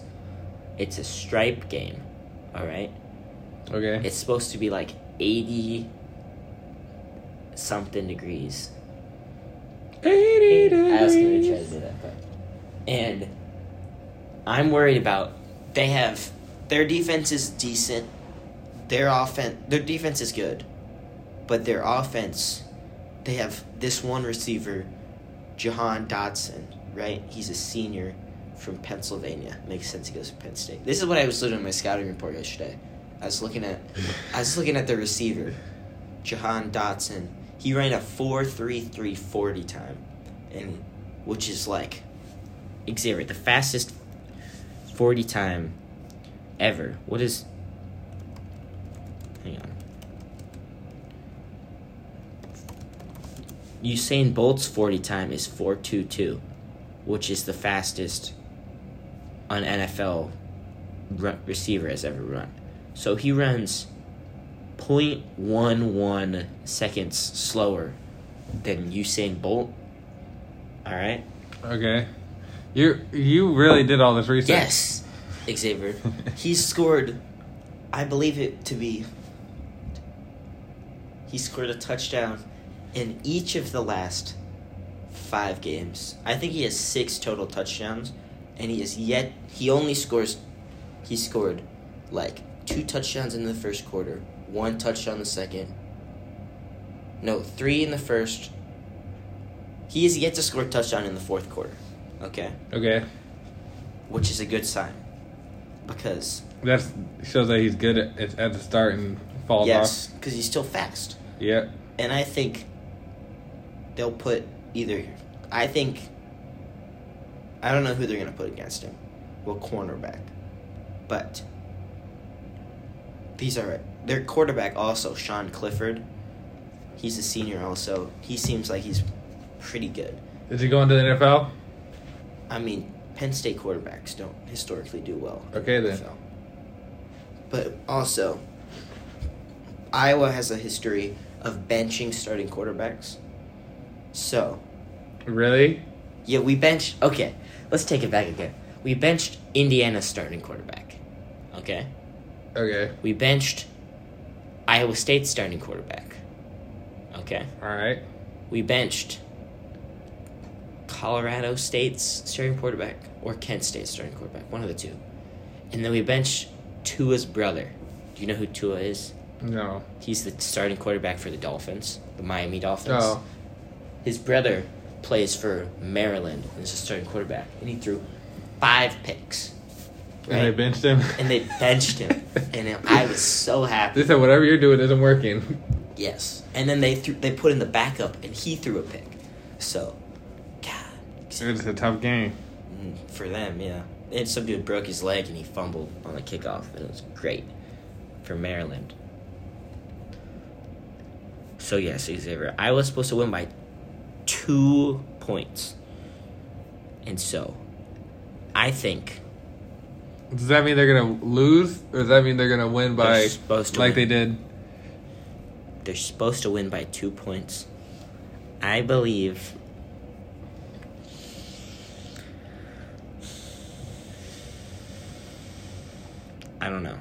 [SPEAKER 2] It's a stripe game, all right.
[SPEAKER 3] Okay.
[SPEAKER 2] It's supposed to be like eighty something degrees. I was gonna try to do that, but and I'm worried about they have their defense is decent, their offense their defense is good, but their offense they have this one receiver, Jahan Dotson, right? He's a senior from Pennsylvania. Makes sense he goes to Penn State. This is what I was looking at my scouting report yesterday. I was looking at I was looking at the receiver, Jahan Dotson. He ran a four three three forty time, and which is like Xavier, the fastest forty time ever. What is? Hang on. Usain Bolt's forty time is four two two, which is the fastest an NFL re- receiver has ever run. So he runs 0.11 seconds slower than Usain Bolt. All right.
[SPEAKER 3] Okay. You you really did all this research.
[SPEAKER 2] Yes, Xavier. he scored, I believe it to be, he scored a touchdown in each of the last five games. I think he has six total touchdowns, and he has yet, he only scores, he scored like two touchdowns in the first quarter, one touchdown in the second, no, three in the first. He has yet to score a touchdown in the fourth quarter. Okay?
[SPEAKER 3] Okay.
[SPEAKER 2] which is a good sign because
[SPEAKER 3] That shows that he's good at, at at the start and falls
[SPEAKER 2] yes, because he's still fast,
[SPEAKER 3] off. Yeah.
[SPEAKER 2] and I think they'll put either. I think I don't know who they're gonna put against him, what cornerback, but these are their quarterback also Sean Clifford. He's a senior also. He seems like he's pretty good.
[SPEAKER 3] Is he going to the NFL?
[SPEAKER 2] I mean, Penn State quarterbacks don't historically do well. in
[SPEAKER 3] Okay,
[SPEAKER 2] the
[SPEAKER 3] then.
[SPEAKER 2] NFL. But also, Iowa has a history of benching starting quarterbacks. So,
[SPEAKER 3] Really?
[SPEAKER 2] yeah, we benched. Okay, let's take it back again. We benched Indiana's starting quarterback. Okay?
[SPEAKER 3] Okay.
[SPEAKER 2] We benched Iowa State's starting quarterback. Okay?
[SPEAKER 3] All right.
[SPEAKER 2] we benched Colorado State's starting quarterback or Kent State's starting quarterback, one of the two. And then we benched Tua's brother. Do you know who Tua is?
[SPEAKER 3] No.
[SPEAKER 2] He's the starting quarterback for the Dolphins, the Miami Dolphins.
[SPEAKER 3] Oh.
[SPEAKER 2] His brother plays for Maryland and is a starting quarterback, and he threw five picks.
[SPEAKER 3] And they
[SPEAKER 2] right?
[SPEAKER 3] benched him.
[SPEAKER 2] And they benched him, and I was so happy.
[SPEAKER 3] They said whatever you're doing isn't working.
[SPEAKER 2] Yes, and then they threw, they put in the backup, and he threw a pick. So, God,
[SPEAKER 3] It's a tough game.
[SPEAKER 2] Mm, for them, yeah. And some dude broke his leg and he fumbled on the kickoff, and it was great for Maryland. So yes, Xavier, I was supposed to win by two points, and so I think
[SPEAKER 3] Does that mean they're gonna lose, or does that mean they're gonna win by
[SPEAKER 2] They're supposed to
[SPEAKER 3] like they
[SPEAKER 2] win.
[SPEAKER 3] did?
[SPEAKER 2] they're supposed to win by two points. I believe. I don't know.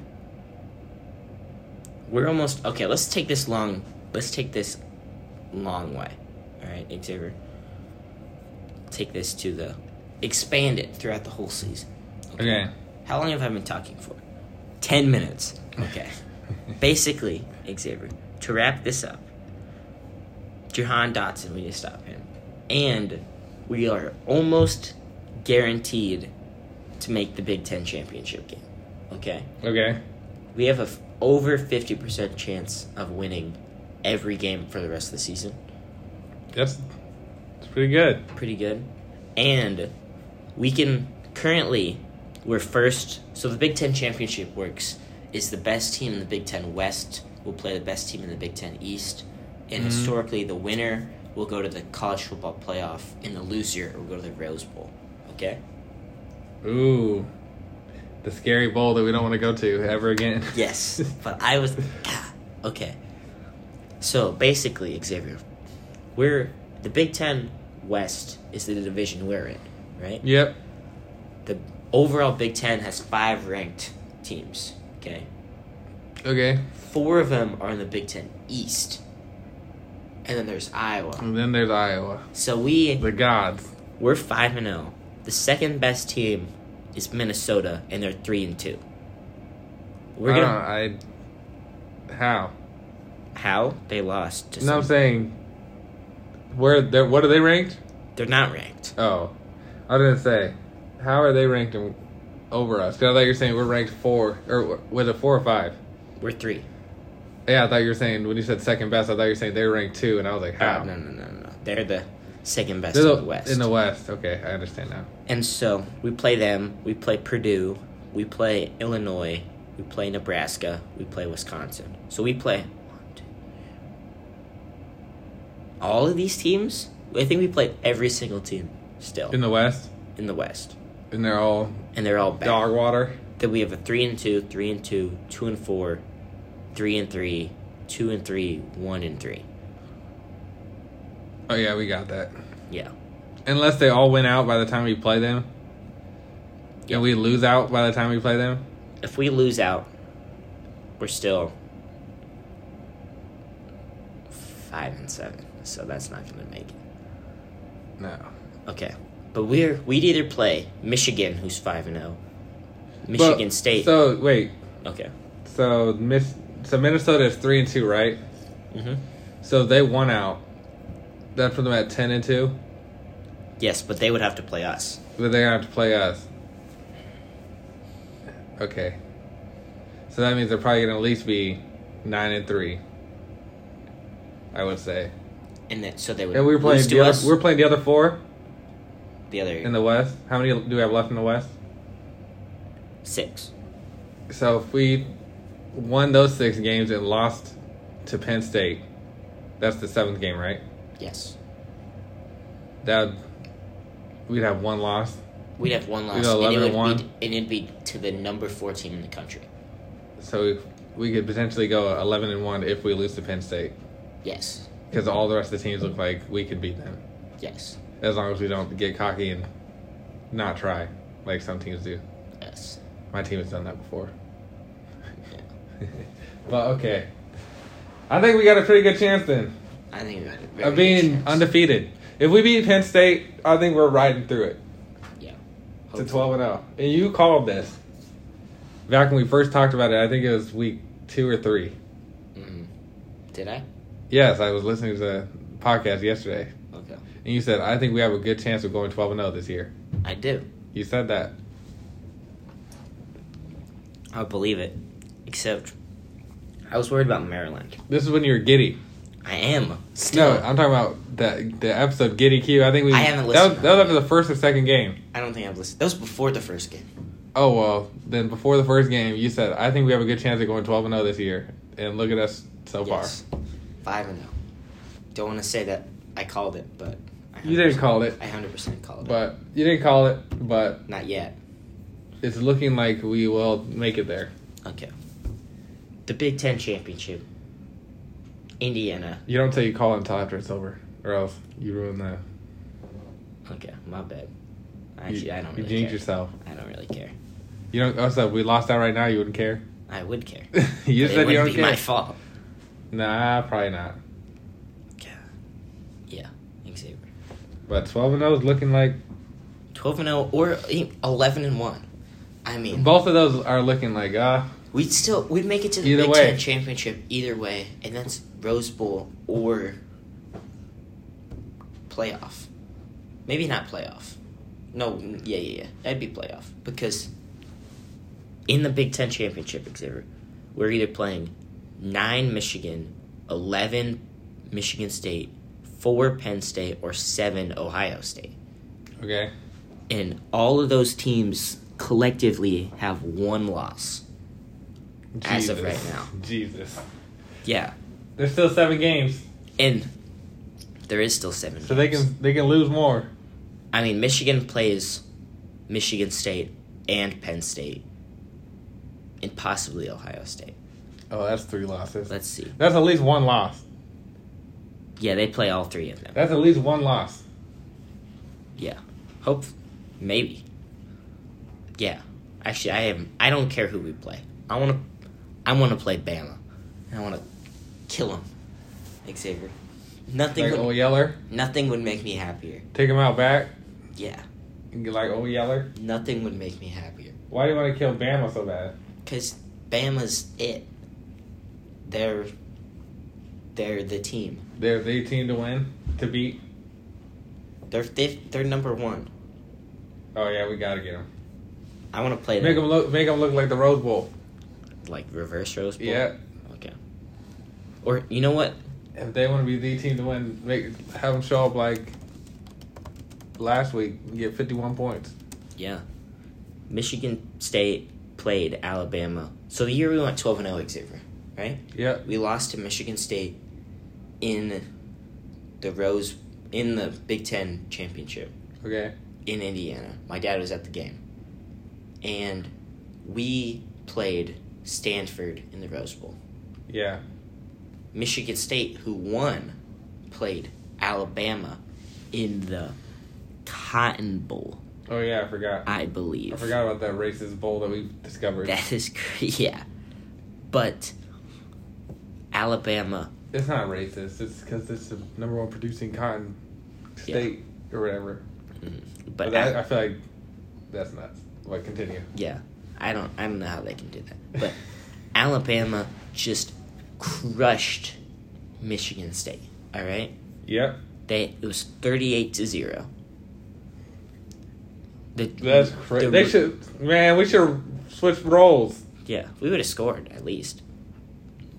[SPEAKER 2] We're almost okay. Let's take this long. Let's take this long way. All right, Xavier. Take this to the expand it throughout the whole season.
[SPEAKER 3] Okay.
[SPEAKER 2] How long have I been talking for? 10 minutes. Okay. Basically, Xavier, to wrap this up, Jahan Dotson, we need to stop him. And we are almost guaranteed to make the Big Ten championship game. Okay?
[SPEAKER 3] Okay.
[SPEAKER 2] We have a f- over 50% chance of winning every game for the rest of the season.
[SPEAKER 3] That's that's pretty good.
[SPEAKER 2] Pretty good. And we can currently we're first so the Big Ten championship works is the best team in the Big Ten West will play the best team in the Big Ten East. And
[SPEAKER 3] Mhm.
[SPEAKER 2] historically the winner will go to the college football playoff and the loser will go to the Rose Bowl. Okay?
[SPEAKER 3] Ooh. The scary bowl that we don't want to go to ever again.
[SPEAKER 2] Yes. but I was ah, okay. So basically, Xavier, we're the Big Ten West is the division we're in, right?
[SPEAKER 3] yep.
[SPEAKER 2] the overall Big Ten has five ranked teams. Okay,
[SPEAKER 3] Okay.
[SPEAKER 2] four of them are in the Big Ten East, and then there's Iowa.
[SPEAKER 3] And then there's Iowa.
[SPEAKER 2] So we
[SPEAKER 3] The gods.
[SPEAKER 2] we're five and zero. The second best team is Minnesota, and they're three and two. We're
[SPEAKER 3] I
[SPEAKER 2] gonna
[SPEAKER 3] don't know, Uh, I how?
[SPEAKER 2] how they lost. To
[SPEAKER 3] no, I'm
[SPEAKER 2] some-
[SPEAKER 3] saying where they what are they ranked?
[SPEAKER 2] they're not ranked.
[SPEAKER 3] Oh, I didn't say. How are they ranked in, over us? 'Cause I thought you were saying we're ranked four, or was it four or five?
[SPEAKER 2] We're three.
[SPEAKER 3] Yeah, I thought you were saying when you said second best, I thought you were saying they were ranked two, and I was like, how?
[SPEAKER 2] Oh, no, no, no, no, no. They're the second best
[SPEAKER 3] They're
[SPEAKER 2] in the West.
[SPEAKER 3] In the West, okay, I understand now.
[SPEAKER 2] And so we play them. We play Purdue. We play Illinois. We play Nebraska. We play Wisconsin. So we play one, two. all of these teams. I think we play every single team still
[SPEAKER 3] In the West,
[SPEAKER 2] in the West,
[SPEAKER 3] and they're all
[SPEAKER 2] and they're all back.
[SPEAKER 3] dog water.
[SPEAKER 2] Then we have a three and two, three and two, two and four, three and three, two and three, one and three.
[SPEAKER 3] Oh yeah, we got that.
[SPEAKER 2] Yeah,
[SPEAKER 3] Unless they all win out by the time we play them, and we lose out by the time we play them.
[SPEAKER 2] if we lose out, we're still five and seven, so that's not going to make it.
[SPEAKER 3] No.
[SPEAKER 2] Okay, but we're we'd either play Michigan, who's five and zero,
[SPEAKER 3] But-
[SPEAKER 2] Michigan State.
[SPEAKER 3] So wait,
[SPEAKER 2] okay,
[SPEAKER 3] so Miss, so Minnesota is three and two, right?
[SPEAKER 2] hmm
[SPEAKER 3] So they won out. That put them at ten and two,
[SPEAKER 2] yes, but they would have to play us.
[SPEAKER 3] but they're gonna have to play us. Okay. So that means they're probably gonna at least be nine and three. I would say.
[SPEAKER 2] And then, so they would.
[SPEAKER 3] And we were playing
[SPEAKER 2] lose to
[SPEAKER 3] the other,
[SPEAKER 2] us.
[SPEAKER 3] we were playing the other four
[SPEAKER 2] the other
[SPEAKER 3] in the West. How many do we have left in the West?
[SPEAKER 2] six.
[SPEAKER 3] So if we won those six games and lost to Penn State, that's the seventh game, right?
[SPEAKER 2] Yes,
[SPEAKER 3] That we'd have one loss.
[SPEAKER 2] we'd have one loss,
[SPEAKER 3] go
[SPEAKER 2] and, it
[SPEAKER 3] 11
[SPEAKER 2] would
[SPEAKER 3] and one.
[SPEAKER 2] Be, and it'd be to the number four team in the country.
[SPEAKER 3] So we- we could potentially go 11 and 1 if we lose to Penn State
[SPEAKER 2] Yes,
[SPEAKER 3] because all the rest of the teams look like we could beat them
[SPEAKER 2] yes,
[SPEAKER 3] as long as we don't get cocky and not try like some teams do.
[SPEAKER 2] yes.
[SPEAKER 3] My team has done that before. but okay. I think we got a pretty good chance then
[SPEAKER 2] I think we had a very
[SPEAKER 3] of
[SPEAKER 2] good
[SPEAKER 3] being
[SPEAKER 2] chance.
[SPEAKER 3] undefeated. If we beat Penn State, I think we're riding through it
[SPEAKER 2] Yeah.
[SPEAKER 3] to
[SPEAKER 2] Hopefully.
[SPEAKER 3] 12 and 0. And you called this. Back when we first talked about it, I think it was week 2 or 3.
[SPEAKER 2] Mm. Did I?
[SPEAKER 3] Yes, I was listening to the podcast yesterday.
[SPEAKER 2] Okay.
[SPEAKER 3] and you said, "I think we have a good chance of going twelve and zero this year."
[SPEAKER 2] I do.
[SPEAKER 3] You said that.
[SPEAKER 2] I believe it. Except, I was worried about Maryland.
[SPEAKER 3] This is when you were giddy.
[SPEAKER 2] I am.
[SPEAKER 3] No,
[SPEAKER 2] Still.
[SPEAKER 3] I'm talking about the the episode Giddy Q. I think we.
[SPEAKER 2] I haven't
[SPEAKER 3] That was,
[SPEAKER 2] listened.
[SPEAKER 3] that was after the first or second game.
[SPEAKER 2] I don't think I've listened. That was before the first game.
[SPEAKER 3] Oh well, then before the first game, you said, "I think we have a good chance of going twelve and zero this year," and look at us so
[SPEAKER 2] Yes. Five and zero. Don't want to say that I called it, but I
[SPEAKER 3] You didn't call it.
[SPEAKER 2] I hundred percent
[SPEAKER 3] far.
[SPEAKER 2] called it.
[SPEAKER 3] But you didn't call it. But
[SPEAKER 2] Not yet.
[SPEAKER 3] it's looking like we will make it there.
[SPEAKER 2] Okay. The Big Ten championship. Indiana.
[SPEAKER 3] You don't say you call it until after it's over, or else you ruin the.
[SPEAKER 2] Okay, my bad.
[SPEAKER 3] you-
[SPEAKER 2] Actually, I don't.
[SPEAKER 3] You
[SPEAKER 2] Really
[SPEAKER 3] jinx
[SPEAKER 2] care.
[SPEAKER 3] yourself.
[SPEAKER 2] I don't really care.
[SPEAKER 3] You don't. Also, if we lost out right now. You wouldn't care.
[SPEAKER 2] I would care.
[SPEAKER 3] you
[SPEAKER 2] But it
[SPEAKER 3] said you
[SPEAKER 2] wouldn't
[SPEAKER 3] don't
[SPEAKER 2] be
[SPEAKER 3] care.
[SPEAKER 2] my fault.
[SPEAKER 3] Nah, probably not.
[SPEAKER 2] Okay. Yeah, Xavier.
[SPEAKER 3] But twelve and zero is looking like
[SPEAKER 2] Twelve and zero or e- eleven and one. I mean,
[SPEAKER 3] both of those are looking like ah.
[SPEAKER 2] we'd still we'd make it to the
[SPEAKER 3] Either
[SPEAKER 2] Big
[SPEAKER 3] way.
[SPEAKER 2] Ten championship either way, and that's Rose Bowl or playoff. Maybe not playoff. No, n- yeah, yeah, yeah. That'd be playoff because in the Big Ten championship, Xavier, we're either playing nine Michigan, eleven Michigan State, four Penn State, or seven Ohio State.
[SPEAKER 3] okay.
[SPEAKER 2] and all of those teams collectively have one loss. As of right now.
[SPEAKER 3] Jesus.
[SPEAKER 2] Yeah,
[SPEAKER 3] There's still seven games,
[SPEAKER 2] and there is still seven.
[SPEAKER 3] so they
[SPEAKER 2] games.
[SPEAKER 3] can they can lose more.
[SPEAKER 2] I mean, Michigan plays Michigan State and Penn State, and possibly Ohio State.
[SPEAKER 3] Oh, that's three losses.
[SPEAKER 2] Let's see.
[SPEAKER 3] That's at least one loss.
[SPEAKER 2] Yeah, they play all three of them.
[SPEAKER 3] That's at least one loss.
[SPEAKER 2] Yeah, hope, maybe. Yeah, actually, I am. I don't care who we play. I want to. I want to play Bama. I want to kill him, Xavier. Nothing.
[SPEAKER 3] Like
[SPEAKER 2] would-
[SPEAKER 3] old Yeller,
[SPEAKER 2] Nothing would make me happier.
[SPEAKER 3] take him out back.
[SPEAKER 2] Yeah,
[SPEAKER 3] and get Like old Yeller.
[SPEAKER 2] nothing would make me happier.
[SPEAKER 3] Why do you want to kill Bama so bad?
[SPEAKER 2] Cause Bama's it. They're they're the team.
[SPEAKER 3] They're the team to win to beat.
[SPEAKER 2] They're fifth, they're number one.
[SPEAKER 3] Oh yeah, we gotta get them.
[SPEAKER 2] I want to play
[SPEAKER 3] Make them
[SPEAKER 2] them
[SPEAKER 3] look. Make them look like the Rose Bowl.
[SPEAKER 2] like reverse Rose Bowl.
[SPEAKER 3] Yeah.
[SPEAKER 2] Okay. Or you know what?
[SPEAKER 3] If they want to be the team to win, make have them show up like last week and get 51 points.
[SPEAKER 2] Yeah. Michigan State played Alabama. So the year we went twelve and zero, Xavier, right?
[SPEAKER 3] Yep.
[SPEAKER 2] We lost to Michigan State in the Rose in the Big Ten championship.
[SPEAKER 3] Okay.
[SPEAKER 2] in Indiana. My dad was at the game. And we played Stanford in the Rose Bowl.
[SPEAKER 3] Yeah.
[SPEAKER 2] Michigan State, who won, played Alabama in the Cotton Bowl,
[SPEAKER 3] Oh yeah, I forgot.
[SPEAKER 2] I believe.
[SPEAKER 3] I forgot about that racist bowl that we discovered.
[SPEAKER 2] That is cr- yeah. But Alabama,
[SPEAKER 3] It's not racist. It's because it's the number one producing cotton
[SPEAKER 2] Yeah.
[SPEAKER 3] state or whatever.
[SPEAKER 2] mm, but,
[SPEAKER 3] But,
[SPEAKER 2] Al-
[SPEAKER 3] I, I feel like that's nuts. But continue.
[SPEAKER 2] yeah, I don't I don't know how they can do that. But Alabama just crushed Michigan State. All right?
[SPEAKER 3] Yep.
[SPEAKER 2] They it was thirty eight to zero. The,
[SPEAKER 3] That's
[SPEAKER 2] the-
[SPEAKER 3] crazy. They should, man. We should switch roles.
[SPEAKER 2] Yeah, we would have scored at least.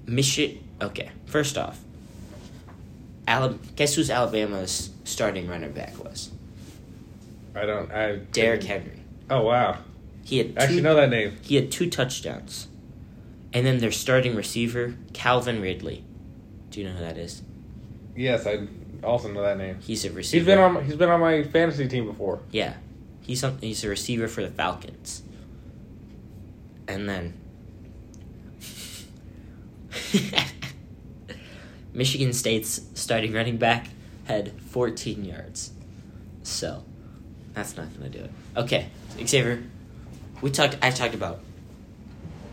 [SPEAKER 2] Michi. Okay, first off, Alabama. Guess who's Alabama's starting running back was?
[SPEAKER 3] I don't. I
[SPEAKER 2] Derrick Henry.
[SPEAKER 3] Oh wow.
[SPEAKER 2] He had
[SPEAKER 3] I actually
[SPEAKER 2] two,
[SPEAKER 3] know that name.
[SPEAKER 2] he had two touchdowns, and then their starting receiver Calvin Ridley. Do you know who that is?
[SPEAKER 3] Yes, I also know that name.
[SPEAKER 2] He's a receiver.
[SPEAKER 3] He's been on. He's been on my fantasy team before.
[SPEAKER 2] Yeah, he's some, he's a receiver for the Falcons. And then Michigan State's starting running back had 14 yards. So that's not going to do it. Okay, Xavier, we talked. I talked about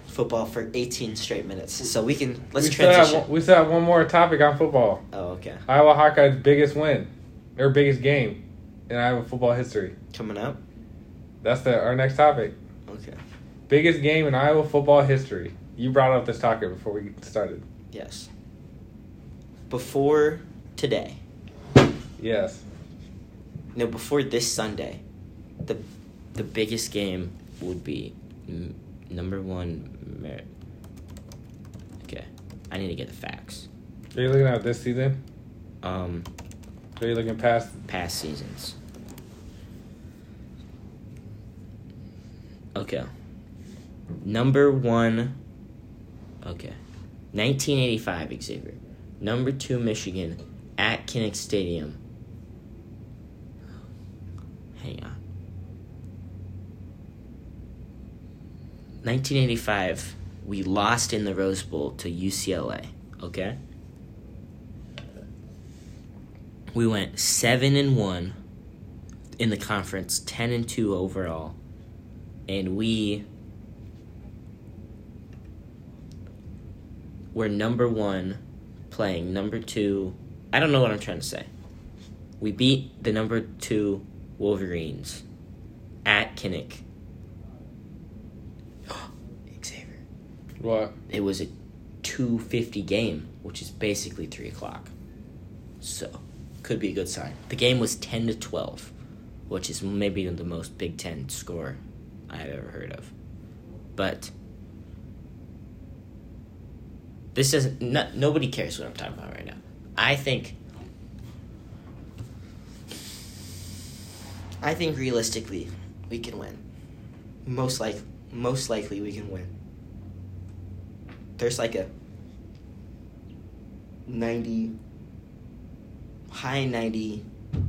[SPEAKER 2] football for 18 straight minutes, so we can let's
[SPEAKER 3] we Still
[SPEAKER 2] transition.
[SPEAKER 3] have, one- we still have one more topic on football.
[SPEAKER 2] oh, okay.
[SPEAKER 3] Iowa Hawkeye's biggest win, their biggest game in Iowa football history.
[SPEAKER 2] Coming up.
[SPEAKER 3] That's the our next topic.
[SPEAKER 2] Okay.
[SPEAKER 3] Biggest game in Iowa football history. You brought up this topic before we started.
[SPEAKER 2] Yes. Before today.
[SPEAKER 3] Yes.
[SPEAKER 2] no, before this Sunday, the the biggest game would be m- number one. Mer- okay, I need to get the facts.
[SPEAKER 3] Are you looking at this season?
[SPEAKER 2] Um,
[SPEAKER 3] Are you looking past?
[SPEAKER 2] past seasons. Okay. Number one. Okay. 1985 Xavier. Number two Michigan at Kinnick Stadium. Hang on. 1985, we lost in the Rose Bowl to UCLA. Okay? we went seven and one in the conference, ten and two overall, and we were number one playing number two. I don't know what I'm trying to say. We beat the number two Wolverines at Kinnick. Xavier.
[SPEAKER 3] What?
[SPEAKER 2] It was a two fifty game, which is basically three o'clock. So, could be a good sign. The game was 10 to 12, which is maybe the most Big Ten score I've ever heard of. But this doesn't. No, nobody cares what I'm talking about right now. I think. I think realistically, we can win. Most like, most likely, we can win. There's like a ninety high 90,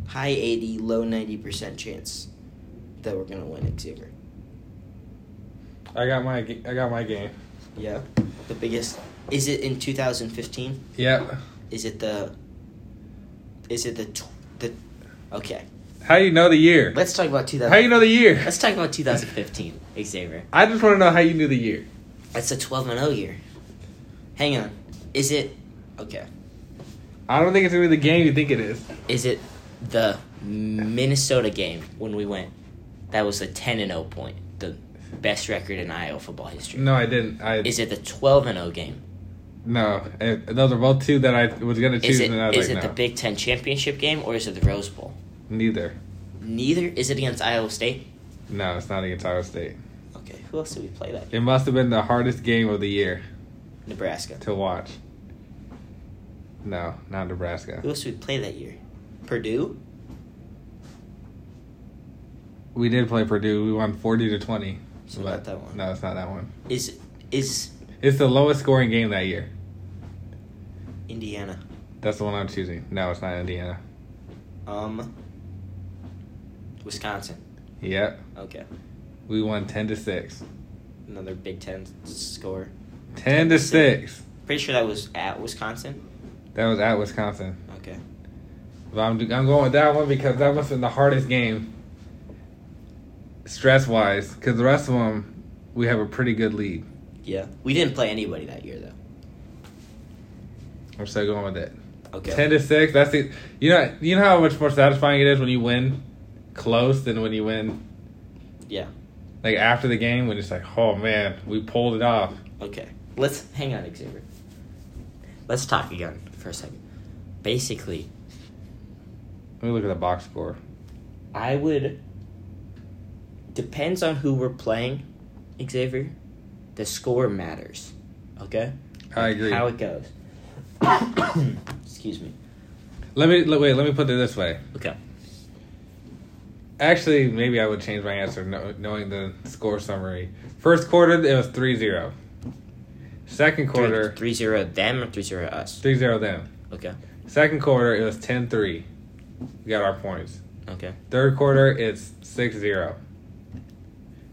[SPEAKER 2] high 80, low 90% chance that we're going to win Xavier.
[SPEAKER 3] I got my g- I got my game.
[SPEAKER 2] Yeah. The biggest is it in 2015?
[SPEAKER 3] Yep.
[SPEAKER 2] Is it the is it the tw- the Okay.
[SPEAKER 3] How you know the year?
[SPEAKER 2] Let's talk about 2000.
[SPEAKER 3] How you know the year?
[SPEAKER 2] Let's talk about 2015 Xavier.
[SPEAKER 3] I just want to know how you knew the year.
[SPEAKER 2] That's a 12 and 0 year. Hang on. Is it Okay.
[SPEAKER 3] I don't think it's gonna be the game you think it is.
[SPEAKER 2] Is it the Minnesota game when we went? That was a 10 and 0 point. The best record in Iowa football history.
[SPEAKER 3] No, I didn't. I
[SPEAKER 2] Is it the 12 and 0 game?
[SPEAKER 3] no. I- those are both two that I was gonna choose,
[SPEAKER 2] Is it
[SPEAKER 3] and I was
[SPEAKER 2] is
[SPEAKER 3] like,
[SPEAKER 2] it
[SPEAKER 3] no,
[SPEAKER 2] the Big 10 championship game or is it the Rose Bowl?
[SPEAKER 3] neither.
[SPEAKER 2] Neither is it against Iowa State.
[SPEAKER 3] No, it's not against Iowa State.
[SPEAKER 2] Okay, who else did we play that?
[SPEAKER 3] It must have been the hardest game of the year
[SPEAKER 2] Nebraska.
[SPEAKER 3] to watch. No, not Nebraska.
[SPEAKER 2] Who else did we play that year? Purdue?
[SPEAKER 3] We did play Purdue. We won forty to twenty.
[SPEAKER 2] So
[SPEAKER 3] but-
[SPEAKER 2] not that one.
[SPEAKER 3] No, it's not that one.
[SPEAKER 2] Is is
[SPEAKER 3] It's the lowest scoring game that year.
[SPEAKER 2] Indiana?
[SPEAKER 3] That's the one I'm choosing. No, it's not Indiana.
[SPEAKER 2] Um Wisconsin.
[SPEAKER 3] Yep.
[SPEAKER 2] Okay.
[SPEAKER 3] We won ten to six.
[SPEAKER 2] Another Big 10 score.
[SPEAKER 3] Ten to six.
[SPEAKER 2] Pretty sure that was at Wisconsin.
[SPEAKER 3] That was at Wisconsin.
[SPEAKER 2] Okay.
[SPEAKER 3] But I'm I'm going with that one because that must have been the hardest game, stress wise. Because the rest of them, we have a pretty good lead.
[SPEAKER 2] Yeah. We didn't play anybody that year though.
[SPEAKER 3] I'm still going with it.
[SPEAKER 2] Okay.
[SPEAKER 3] Ten to six. That's the you know you know how much more satisfying it is when you win close than when you win
[SPEAKER 2] Yeah.
[SPEAKER 3] like after the game when it's like oh man we pulled it off.
[SPEAKER 2] Okay. Let's hang on, Xavier. Let's talk again for a second. Basically,
[SPEAKER 3] Let me look at the box score.
[SPEAKER 2] I would. Depends on who we're playing, Xavier. The score matters. Okay?
[SPEAKER 3] I agree.
[SPEAKER 2] How it goes. Excuse me.
[SPEAKER 3] Let me let, wait. Let me put it this way.
[SPEAKER 2] Okay.
[SPEAKER 3] Actually, maybe I would change my answer kno- knowing the score summary. First quarter, it was 3 0. Second quarter,
[SPEAKER 2] 3 0 them or 3 0 us?
[SPEAKER 3] 3 0 them.
[SPEAKER 2] Okay.
[SPEAKER 3] Second quarter, it was 10 3. We got our points.
[SPEAKER 2] Okay.
[SPEAKER 3] Third quarter, it's 6 0.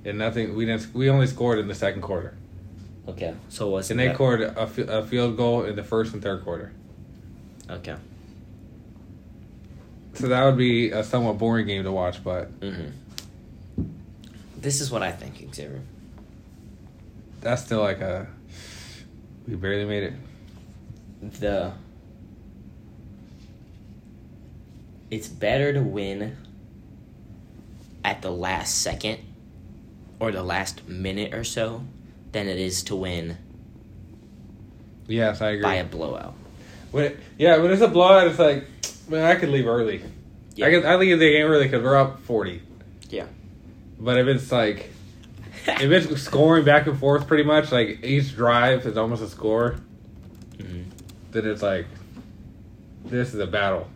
[SPEAKER 3] And nothing, we didn't, we only scored in the second quarter.
[SPEAKER 2] Okay. So what's
[SPEAKER 3] And they scored a, f- a field goal in the first and third quarter.
[SPEAKER 2] Okay.
[SPEAKER 3] So that would be a somewhat boring game to watch, but
[SPEAKER 2] Mm-hmm. This is what I think, Xavier.
[SPEAKER 3] that's still like a. We barely made it.
[SPEAKER 2] the it's better to win at the last second or the last minute or so than it is to win
[SPEAKER 3] Yes, I agree.
[SPEAKER 2] by a blowout.
[SPEAKER 3] When it, yeah, when it's a blowout, it's like, man, I could leave early.
[SPEAKER 1] Yeah.
[SPEAKER 3] I guess, I think it's a game really because we're up forty.
[SPEAKER 1] Yeah.
[SPEAKER 3] But if it's like if it's scoring back and forth pretty much, like each drive is almost a score,
[SPEAKER 1] Mhm.
[SPEAKER 2] Mm-hmm.
[SPEAKER 3] then it's like this is a battle.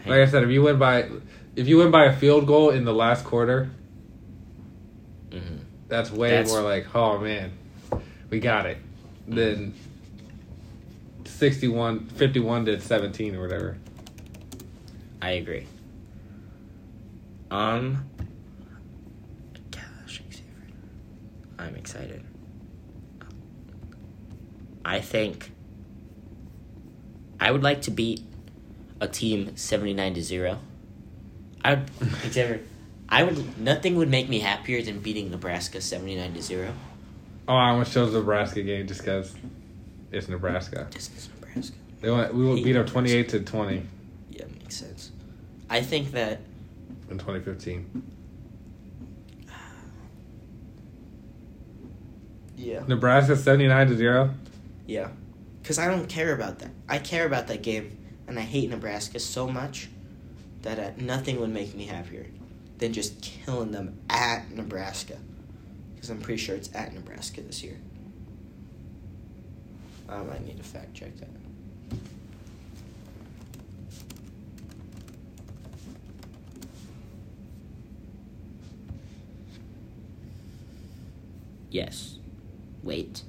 [SPEAKER 1] Hey,
[SPEAKER 3] Like I said, if you win by if you win by a field goal in the last quarter,
[SPEAKER 2] Mm-hmm.
[SPEAKER 1] mhm.
[SPEAKER 3] that's way
[SPEAKER 1] That's-
[SPEAKER 3] more like, oh man, we got it. Than 61, 51 to 17 or whatever.
[SPEAKER 1] I agree. Um. Gosh, Xavier. I'm excited. I think I would like to beat a team 79 to 0. I would, Xavier, I would nothing would make me happier than beating Nebraska 79 to 0.
[SPEAKER 3] Oh, I almost chose the Nebraska game just because it's Nebraska.
[SPEAKER 1] Just 'cause Nebraska.
[SPEAKER 3] They went, we
[SPEAKER 1] Hate
[SPEAKER 3] beat them
[SPEAKER 1] Nebraska.
[SPEAKER 3] 28 to 20
[SPEAKER 1] Yeah, makes sense. I think that
[SPEAKER 3] in 2015.
[SPEAKER 2] Yeah.
[SPEAKER 3] Nebraska 79 to 0.
[SPEAKER 2] Yeah. Because I don't care about that. I care about that game, and I hate Nebraska so much that uh nothing would make me happier than just killing them at Nebraska. Because I'm pretty sure it's at Nebraska this year. Um, I need to fact check that.
[SPEAKER 1] Yes. Wait.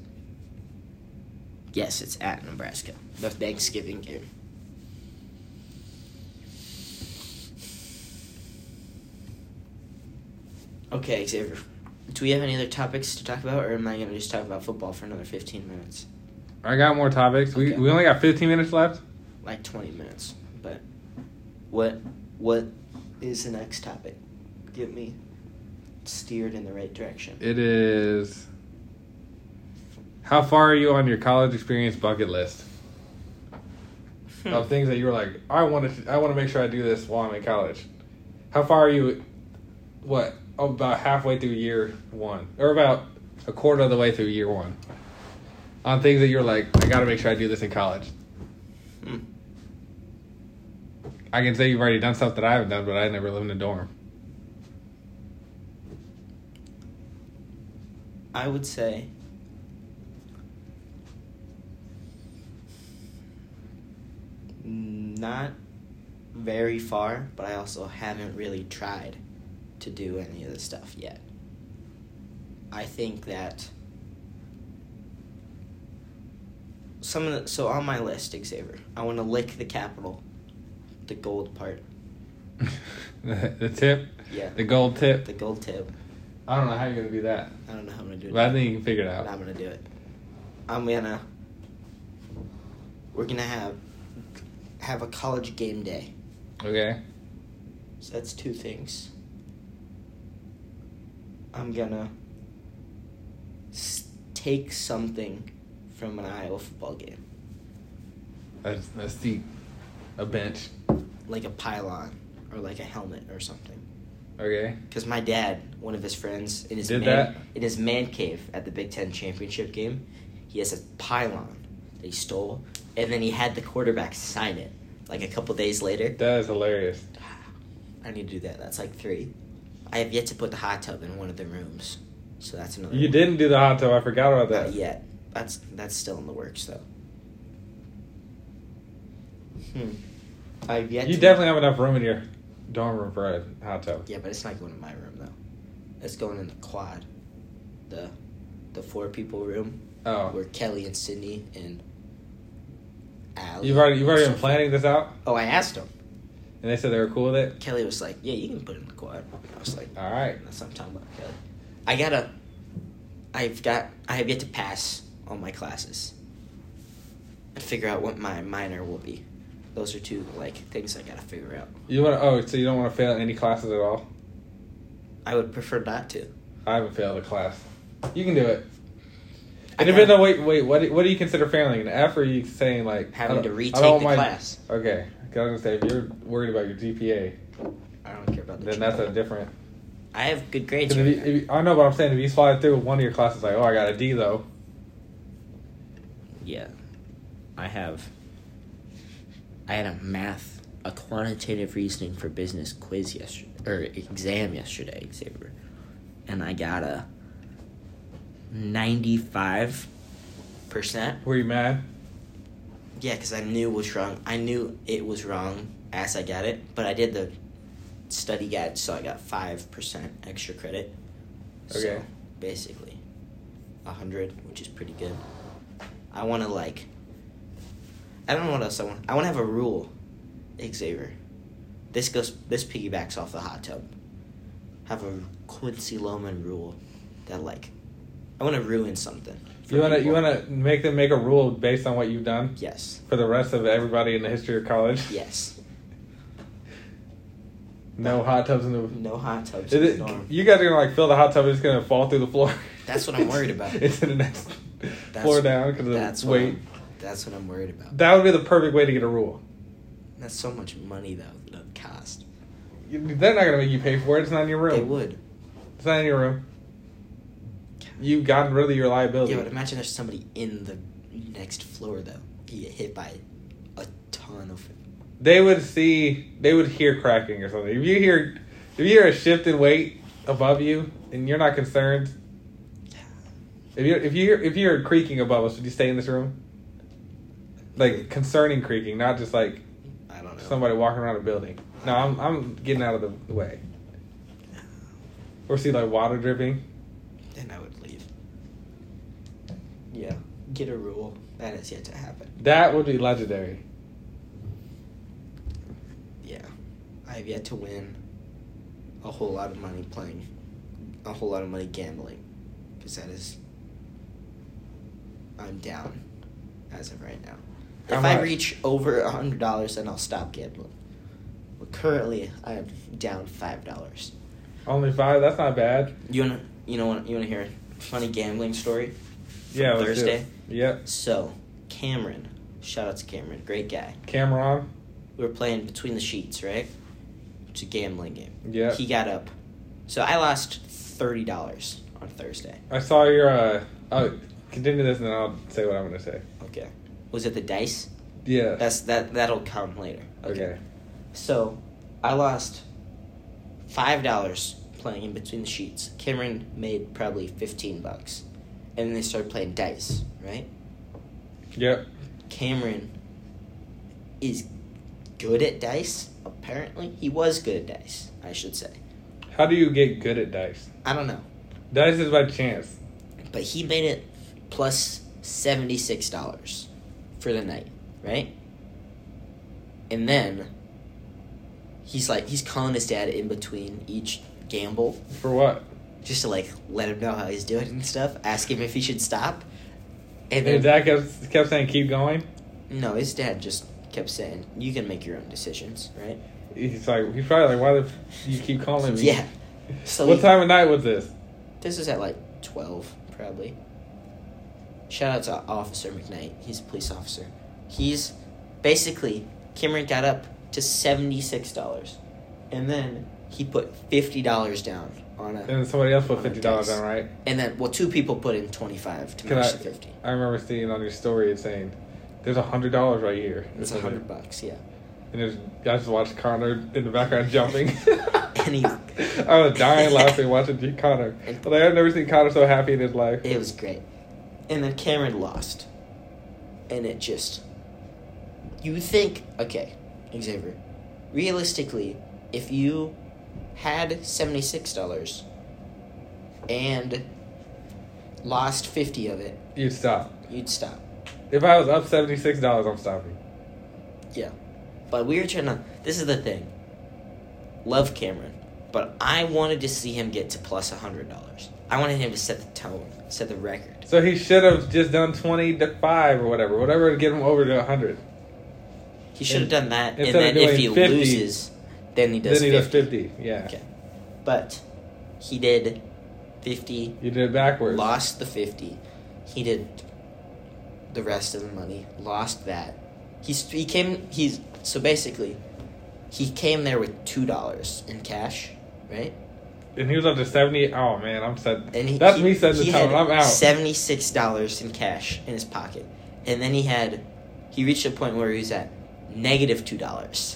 [SPEAKER 1] Yes, it's at Nebraska.
[SPEAKER 2] The Thanksgiving game. Okay, Xavier. Do we have any other topics to talk about, or am I going to just talk about football for another 15 minutes?
[SPEAKER 3] I got more topics. We,
[SPEAKER 2] Okay.
[SPEAKER 3] we only got 15 minutes left.
[SPEAKER 2] Like 20 minutes. But what what is the next topic? Get me steered in the right direction.
[SPEAKER 3] It is. How far are you on your college experience bucket list
[SPEAKER 2] Hmm.
[SPEAKER 3] of things that you were like, I want to, I want to make sure I do this while I'm in college. How far are you? What about halfway through year one, or about a quarter of the way through year one? On things that you're like, I got to make sure I do this in college.
[SPEAKER 2] Hmm.
[SPEAKER 3] I can say you've already done stuff that I haven't done, but I never lived in a dorm.
[SPEAKER 2] I would say not very far, but I also haven't really tried to do any of this stuff yet. I think that some of the, so on my list, Xavier, I want to lick the capital, the gold part,
[SPEAKER 3] the the tip,
[SPEAKER 2] Yeah.
[SPEAKER 3] the gold tip.
[SPEAKER 2] the gold tip.
[SPEAKER 3] I don't know how you're gonna do that,
[SPEAKER 2] I don't know how I'm gonna do it.
[SPEAKER 3] but I think you can figure it out.
[SPEAKER 2] I'm gonna do it. I'm gonna. We're gonna have have a college game day.
[SPEAKER 3] Okay.
[SPEAKER 2] So that's two things. I'm gonna s- take something from an Iowa football game,
[SPEAKER 3] A, a seat, a bench.
[SPEAKER 2] like a pylon or like a helmet or something.
[SPEAKER 3] Okay.
[SPEAKER 2] Because my dad, one of his friends, in his
[SPEAKER 3] Did
[SPEAKER 2] man,
[SPEAKER 3] that?
[SPEAKER 2] in his man cave at the Big Ten championship game, he has a pylon that he stole, and then he had the quarterback sign it. Like a couple days later,
[SPEAKER 3] That is hilarious.
[SPEAKER 2] I need to do that. That's like three. I have yet to put the hot tub in one of the rooms, so that's another.
[SPEAKER 3] You
[SPEAKER 2] one.
[SPEAKER 3] didn't do the hot tub. I forgot about that.
[SPEAKER 2] Not yet. That's that's still in the works though. Hmm. I've yet.
[SPEAKER 3] You
[SPEAKER 2] to-
[SPEAKER 3] definitely have enough room in your dorm room for a hot tub.
[SPEAKER 2] Yeah, but it's not going in my room though. It's going in the quad, the, the four people room.
[SPEAKER 3] Oh,
[SPEAKER 2] where Kelly and Sydney and Al.
[SPEAKER 3] you've already you've already been planning this out,
[SPEAKER 2] Oh, I asked him.
[SPEAKER 3] and they said they were cool with it.
[SPEAKER 2] Kelly was like, "Yeah, you can put it in the quad." I was like,
[SPEAKER 3] All right.
[SPEAKER 2] "That's what I'm talking about, Kelly." I gotta. I've got. I have yet to pass all my classes. And figure out what my minor will be. Those are two like things I gotta figure out.
[SPEAKER 3] You want to? Oh, so you don't want to fail any classes at all?
[SPEAKER 2] I would prefer not to.
[SPEAKER 3] I haven't failed a class. You can do it.
[SPEAKER 2] I
[SPEAKER 3] It depends
[SPEAKER 2] got-
[SPEAKER 3] on wait wait what do, what do you consider failing an F or are you saying like
[SPEAKER 2] Having
[SPEAKER 3] I don't-
[SPEAKER 2] to
[SPEAKER 3] I
[SPEAKER 2] retake
[SPEAKER 3] don't
[SPEAKER 2] the
[SPEAKER 3] want my-
[SPEAKER 2] class.
[SPEAKER 3] Okay, 'Cause I was gonna say if you're worried about your GPA,
[SPEAKER 2] I don't care about the.
[SPEAKER 3] then that's a
[SPEAKER 2] GPA.
[SPEAKER 3] different.
[SPEAKER 2] I have good grades.
[SPEAKER 3] 'cause if
[SPEAKER 2] right
[SPEAKER 3] you,
[SPEAKER 2] now.
[SPEAKER 3] if you, I know, but I'm saying if you slide through one of your classes, like oh I got a D though,
[SPEAKER 1] Yeah. I have. I had a math
[SPEAKER 2] a quantitative reasoning for business quiz yesterday or exam yesterday, Xavier, and I got a ninety five percent.
[SPEAKER 3] Were you mad?
[SPEAKER 2] Yeah, because I knew what's wrong. I knew it was wrong as I got it, but I did the study guide, so I got five percent extra credit.
[SPEAKER 3] Okay.
[SPEAKER 2] So basically, a hundred, which is pretty good. I want to like. I don't know what else I want. I want to have a rule, Xavier. This goes. This piggybacks off the hot tub. Have a Quincy Loman rule, that like, I want to ruin something. for
[SPEAKER 3] You wanna you
[SPEAKER 2] people.
[SPEAKER 3] wanna make them make a rule based on what you've done
[SPEAKER 2] Yes.
[SPEAKER 3] for the rest of everybody in the history of college.
[SPEAKER 2] Yes.
[SPEAKER 3] No hot tubs in the.
[SPEAKER 2] No hot tubs.
[SPEAKER 3] Is
[SPEAKER 2] in the
[SPEAKER 3] it-
[SPEAKER 2] dorm.
[SPEAKER 3] you guys are gonna like fill the hot tub. It's gonna fall through the floor.
[SPEAKER 2] That's what I'm worried about.
[SPEAKER 3] it's in the next
[SPEAKER 2] That's-
[SPEAKER 3] floor down because
[SPEAKER 2] that's
[SPEAKER 3] of the
[SPEAKER 2] what
[SPEAKER 3] weight.
[SPEAKER 2] I'm- that's what I'm worried about.
[SPEAKER 3] That would be the perfect way to get a rule.
[SPEAKER 2] That's so much money though. The cost.
[SPEAKER 3] You- They're not gonna make you pay for it. It's not in your room.
[SPEAKER 2] They would.
[SPEAKER 3] It's not in your room. You've gotten rid of your liability.
[SPEAKER 2] Yeah, but imagine there's somebody in the next floor though. You get hit by a ton of.
[SPEAKER 3] they would see. They would hear cracking or something. If you hear, if you hear a shift in weight above you and you're not concerned, if you if you hear, if you hear creaking above us, would you stay in this room? Like concerning creaking, not just like
[SPEAKER 2] I don't know.
[SPEAKER 3] somebody walking around a building. No, I'm I'm getting out of the- the way. Or see like water dripping.
[SPEAKER 2] Then I would leave. Yeah. Get a rule. That is yet to happen.
[SPEAKER 3] That would be legendary.
[SPEAKER 2] Yeah. I have yet to win a whole lot of money playing, a whole lot of money gambling. Because that is. I'm down as of right now.
[SPEAKER 3] How
[SPEAKER 2] if I
[SPEAKER 3] much?
[SPEAKER 2] reach over a $100, then I'll stop gambling. But currently, I'm down $5.
[SPEAKER 3] Only five. That's not bad.
[SPEAKER 2] You wanna, you know, what- you wanna hear a funny gambling story? from
[SPEAKER 3] Yeah. let's do it.
[SPEAKER 2] Thursday.
[SPEAKER 3] Yep.
[SPEAKER 2] So, Cameron, shout out to Cameron, great guy.
[SPEAKER 3] Cameron.
[SPEAKER 2] We were playing between the sheets, right? It's a gambling game.
[SPEAKER 3] Yeah.
[SPEAKER 2] He got up. So I lost thirty dollars on Thursday.
[SPEAKER 3] I saw your. uh Oh, continue this, and then I'll say what I'm gonna say.
[SPEAKER 2] Okay. Was it the dice?
[SPEAKER 3] Yeah.
[SPEAKER 2] That's that. That'll come later.
[SPEAKER 3] okay.
[SPEAKER 2] So, I lost five dollars playing in between the sheets. Cameron made probably fifteen bucks, and then they started playing dice, right?
[SPEAKER 3] Yep.
[SPEAKER 2] Cameron is good at dice, apparently. He was good at dice, I should say.
[SPEAKER 3] How do you get good at dice?
[SPEAKER 2] I don't know.
[SPEAKER 3] Dice is by chance.
[SPEAKER 2] But he made it plus $76 for the night, right? And then he's like, he's calling his dad in between each gamble
[SPEAKER 3] For what?
[SPEAKER 2] just to like let him know how he's doing and stuff, ask him if he should stop. And then
[SPEAKER 3] And Zach kept, kept saying, "Keep going."
[SPEAKER 2] no, his dad just kept saying, you can make your own decisions, right?
[SPEAKER 3] He's like, he's probably like, "Why the f- you keep calling me?"
[SPEAKER 2] Yeah. So
[SPEAKER 3] what
[SPEAKER 2] he-
[SPEAKER 3] time of night was this?
[SPEAKER 2] This is at like 12, probably. Shout out to Officer McKnight. He's a police officer. He's basically, Cameron got up to $76. And then he put $50 down on
[SPEAKER 3] And
[SPEAKER 2] a.
[SPEAKER 3] then somebody else put
[SPEAKER 2] On the
[SPEAKER 3] fifty dollars
[SPEAKER 2] dice.
[SPEAKER 3] down, right?
[SPEAKER 2] And then, well, two people put in 25 to
[SPEAKER 3] Can
[SPEAKER 2] match
[SPEAKER 3] I-
[SPEAKER 2] the 50
[SPEAKER 3] I remember seeing on your story it saying, "There's a hundred dollars right here."
[SPEAKER 2] It's a 100 bucks, yeah.
[SPEAKER 3] And there's I just watched Connor in the background jumping.
[SPEAKER 2] And he-
[SPEAKER 3] I was dying laughing watching G- Connor.
[SPEAKER 2] And-
[SPEAKER 3] Like I've never seen Connor so happy in his life.
[SPEAKER 2] It was great. And then Cameron lost. And it just. You think, okay, Xavier, realistically, if you had $76 and lost 50 of it,
[SPEAKER 3] you stop.
[SPEAKER 2] you'd stop.
[SPEAKER 3] If I was up seventy six dollars, I'm stopping.
[SPEAKER 2] Yeah. But we were trying to. This is the thing. Love Cameron. But I wanted to see him get to plus $100. I wanted him to set the tone, set the record.
[SPEAKER 3] So he should have just done twenty to five or whatever, whatever to get him over to hundred.
[SPEAKER 2] He should have done that, and
[SPEAKER 3] Instead of
[SPEAKER 2] then if he
[SPEAKER 3] doing 50,
[SPEAKER 2] loses, then he
[SPEAKER 3] Then
[SPEAKER 2] does 50.
[SPEAKER 3] he does fifty. Yeah,
[SPEAKER 2] Okay. But he did 50,
[SPEAKER 3] you did it backwards.
[SPEAKER 2] lost the 50. He did the rest of the money, lost that. He's, he came, he's, so basically, he came there with $2 in cash, right?
[SPEAKER 3] And he was up to seventy. Oh man, I'm set.
[SPEAKER 2] And he,
[SPEAKER 3] That's
[SPEAKER 2] he-
[SPEAKER 3] me setting
[SPEAKER 2] he
[SPEAKER 3] the tone.
[SPEAKER 2] had
[SPEAKER 3] I'm out.
[SPEAKER 2] Seventy-six dollars in cash in his pocket, and then he had, he reached a point where he was at negative two dollars.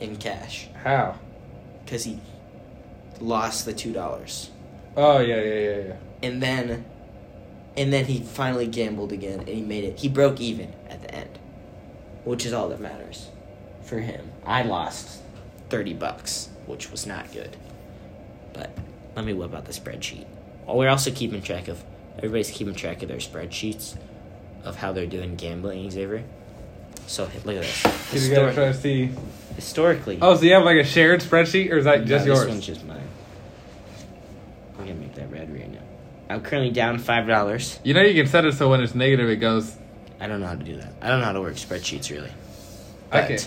[SPEAKER 4] in cash
[SPEAKER 3] How?
[SPEAKER 4] because he lost the two dollars,
[SPEAKER 3] Oh yeah, yeah, yeah, yeah.
[SPEAKER 4] and then, and then he finally gambled again, and he made it. He broke even at the end,
[SPEAKER 2] which is all that matters for him. I lost 30 bucks, which was not good. But let me whip out the spreadsheet. Oh, We're also keeping track of, everybody's keeping track of their spreadsheets of how they're doing gambling, Xavier. So h- look at this.
[SPEAKER 3] You gotta
[SPEAKER 2] Histori-
[SPEAKER 3] try to see.
[SPEAKER 2] historically.
[SPEAKER 3] Oh, so you have like a shared spreadsheet, or is that
[SPEAKER 2] No,
[SPEAKER 3] just
[SPEAKER 2] this
[SPEAKER 3] yours?
[SPEAKER 2] one's just mine. I'm gonna make that red right now. I'm currently down $5.
[SPEAKER 3] You know, you can set it so when it's negative, it goes.
[SPEAKER 2] I don't know how to do that. I don't know how to work spreadsheets, really.
[SPEAKER 3] I
[SPEAKER 2] But-
[SPEAKER 3] can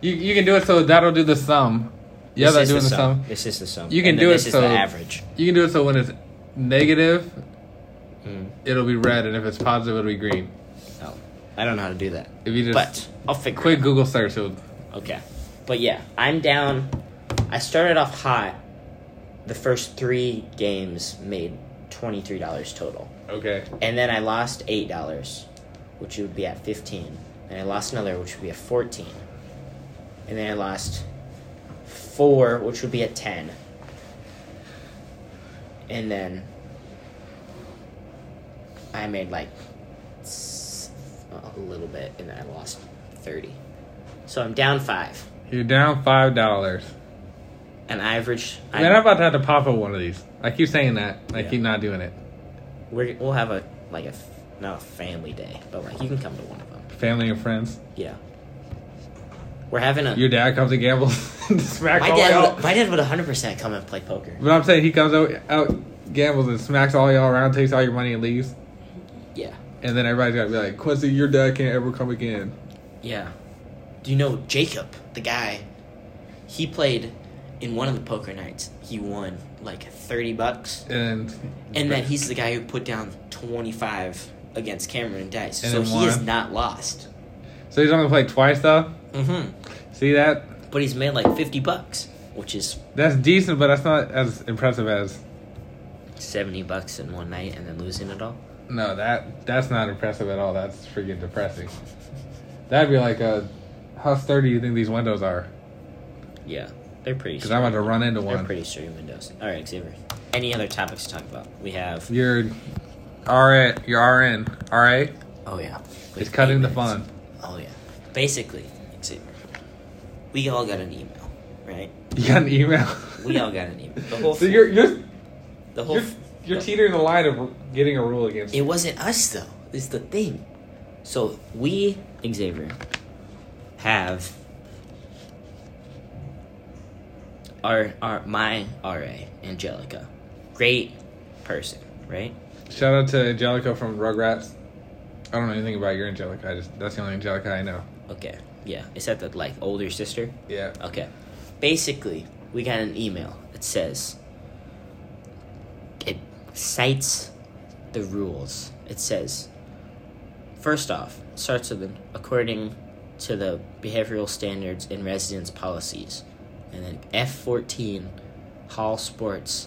[SPEAKER 3] You you can do it so that'll do the sum. Yeah,
[SPEAKER 2] This
[SPEAKER 3] that's
[SPEAKER 2] is
[SPEAKER 3] doing the sum.
[SPEAKER 2] This is the sum.
[SPEAKER 3] You can
[SPEAKER 2] And then
[SPEAKER 3] do it
[SPEAKER 2] This is the
[SPEAKER 3] so-
[SPEAKER 2] average.
[SPEAKER 3] You can do it so when it's negative,
[SPEAKER 2] Mm.
[SPEAKER 3] it'll be red, and if it's positive, it'll be green.
[SPEAKER 2] Oh, I don't know how to do that.
[SPEAKER 3] If you just
[SPEAKER 2] But I'll figure.
[SPEAKER 3] quick
[SPEAKER 2] it
[SPEAKER 3] Google search, it'll,
[SPEAKER 2] out. Okay, but yeah, I'm down. I started off hot. The first three games made twenty three dollars total,
[SPEAKER 3] okay,
[SPEAKER 2] and then I lost eight dollars, which would be at fifteen, and I lost another, which would be at fourteen, and then I lost four, which would be at ten, and then I made like s- a little bit, and then I lost thirty. So I'm down five,
[SPEAKER 3] you're down five dollars.
[SPEAKER 2] an average. I'm-
[SPEAKER 3] Man, I'm about to have to pop up one of these. I keep saying that. I
[SPEAKER 2] Yeah.
[SPEAKER 3] keep not doing it.
[SPEAKER 2] we're, we'll have a like a f- not a family day, but like you can come to one of them.
[SPEAKER 3] Family and friends.
[SPEAKER 2] Yeah, we're having a.
[SPEAKER 3] Your dad comes and gambles. smacks
[SPEAKER 2] my
[SPEAKER 3] all
[SPEAKER 2] dad,
[SPEAKER 3] y'all.
[SPEAKER 2] would, my dad would 100% come and play poker.
[SPEAKER 3] But I'm saying he comes out, out, gambles, and smacks all y'all around, takes all your money, and leaves.
[SPEAKER 2] Yeah.
[SPEAKER 3] And then everybody's got to be like, Quincy, your dad can't ever come again.
[SPEAKER 2] Yeah. Do you know Jacob, the guy? He played in one of the poker nights. He won like 30 bucks.
[SPEAKER 3] And
[SPEAKER 2] And then he's the guy who put down 25 against Cameron Dice.
[SPEAKER 3] And
[SPEAKER 2] so
[SPEAKER 3] then
[SPEAKER 2] he is
[SPEAKER 3] won.
[SPEAKER 2] not lost.
[SPEAKER 3] so he's only played twice though.
[SPEAKER 2] Mm-hmm.
[SPEAKER 3] See that?
[SPEAKER 2] But he's made like 50 bucks, which is
[SPEAKER 3] That's decent, but that's not as impressive as
[SPEAKER 2] 70 bucks in one night and then losing it all.
[SPEAKER 3] no. That that's not impressive at all. That's freaking depressing. That'd be like a how sturdy you think these windows are?
[SPEAKER 2] Yeah. They're pretty
[SPEAKER 3] Because I'm about to run into
[SPEAKER 2] They're
[SPEAKER 3] one.
[SPEAKER 2] pretty sturdy windows. All right, Xavier. Any other topics to talk about? We have.
[SPEAKER 3] Your RN, your RN, RA
[SPEAKER 2] Oh, yeah. We
[SPEAKER 3] is
[SPEAKER 2] have
[SPEAKER 3] cutting
[SPEAKER 2] eight
[SPEAKER 3] the
[SPEAKER 2] minutes.
[SPEAKER 3] fun.
[SPEAKER 2] Oh yeah. Basically, Xavier, we all got an email, right?
[SPEAKER 3] You got an email.
[SPEAKER 2] We all got an email. The whole,
[SPEAKER 3] so you're you're
[SPEAKER 2] the whole.
[SPEAKER 3] you're, you're teetering the line of getting a rule against.
[SPEAKER 2] It wasn't us though. It's the thing. So we, Xavier, have our our my RA Angelica, great person, right?
[SPEAKER 3] Shout out to Angelica from Rugrats. I don't know anything about your Angelica. I just that's the only Angelica I know.
[SPEAKER 2] Okay, yeah. Is that the like older sister?
[SPEAKER 3] Yeah.
[SPEAKER 2] Okay. Basically, we got an email that says it cites the rules. It says first off, starts with an- according to the behavioral standards and residence policies. And then F14, hall sports,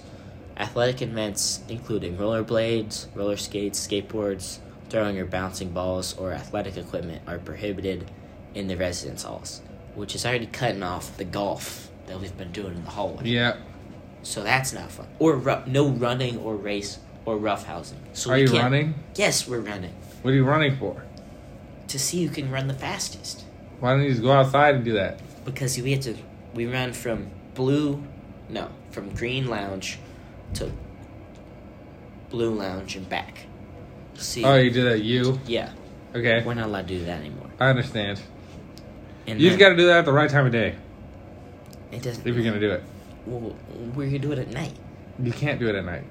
[SPEAKER 2] athletic events including rollerblades, roller skates, skateboards, throwing or bouncing balls, or athletic equipment are prohibited in the residence halls, which is already cutting off the golf that we've been doing in the hallway.
[SPEAKER 3] Yeah.
[SPEAKER 2] So that's not fun. Or ru- no running or race or roughhousing. So
[SPEAKER 3] Are
[SPEAKER 2] we
[SPEAKER 3] you
[SPEAKER 2] can't-
[SPEAKER 3] running?
[SPEAKER 2] Yes, we're running
[SPEAKER 3] What are you running for?
[SPEAKER 2] to see who can run the fastest.
[SPEAKER 3] Why don't you just go outside and do that?
[SPEAKER 2] because we had to we ran from blue no from green lounge to blue lounge and back see
[SPEAKER 3] Oh, you did that. You
[SPEAKER 2] yeah
[SPEAKER 3] okay?
[SPEAKER 2] we're not allowed to do that anymore
[SPEAKER 3] I understand.
[SPEAKER 2] and
[SPEAKER 3] You just got
[SPEAKER 2] then-
[SPEAKER 3] to do that at the right time of day
[SPEAKER 2] it doesn't
[SPEAKER 3] if you're gonna do it.
[SPEAKER 2] well, we're gonna do it at night
[SPEAKER 3] You can't do it at night.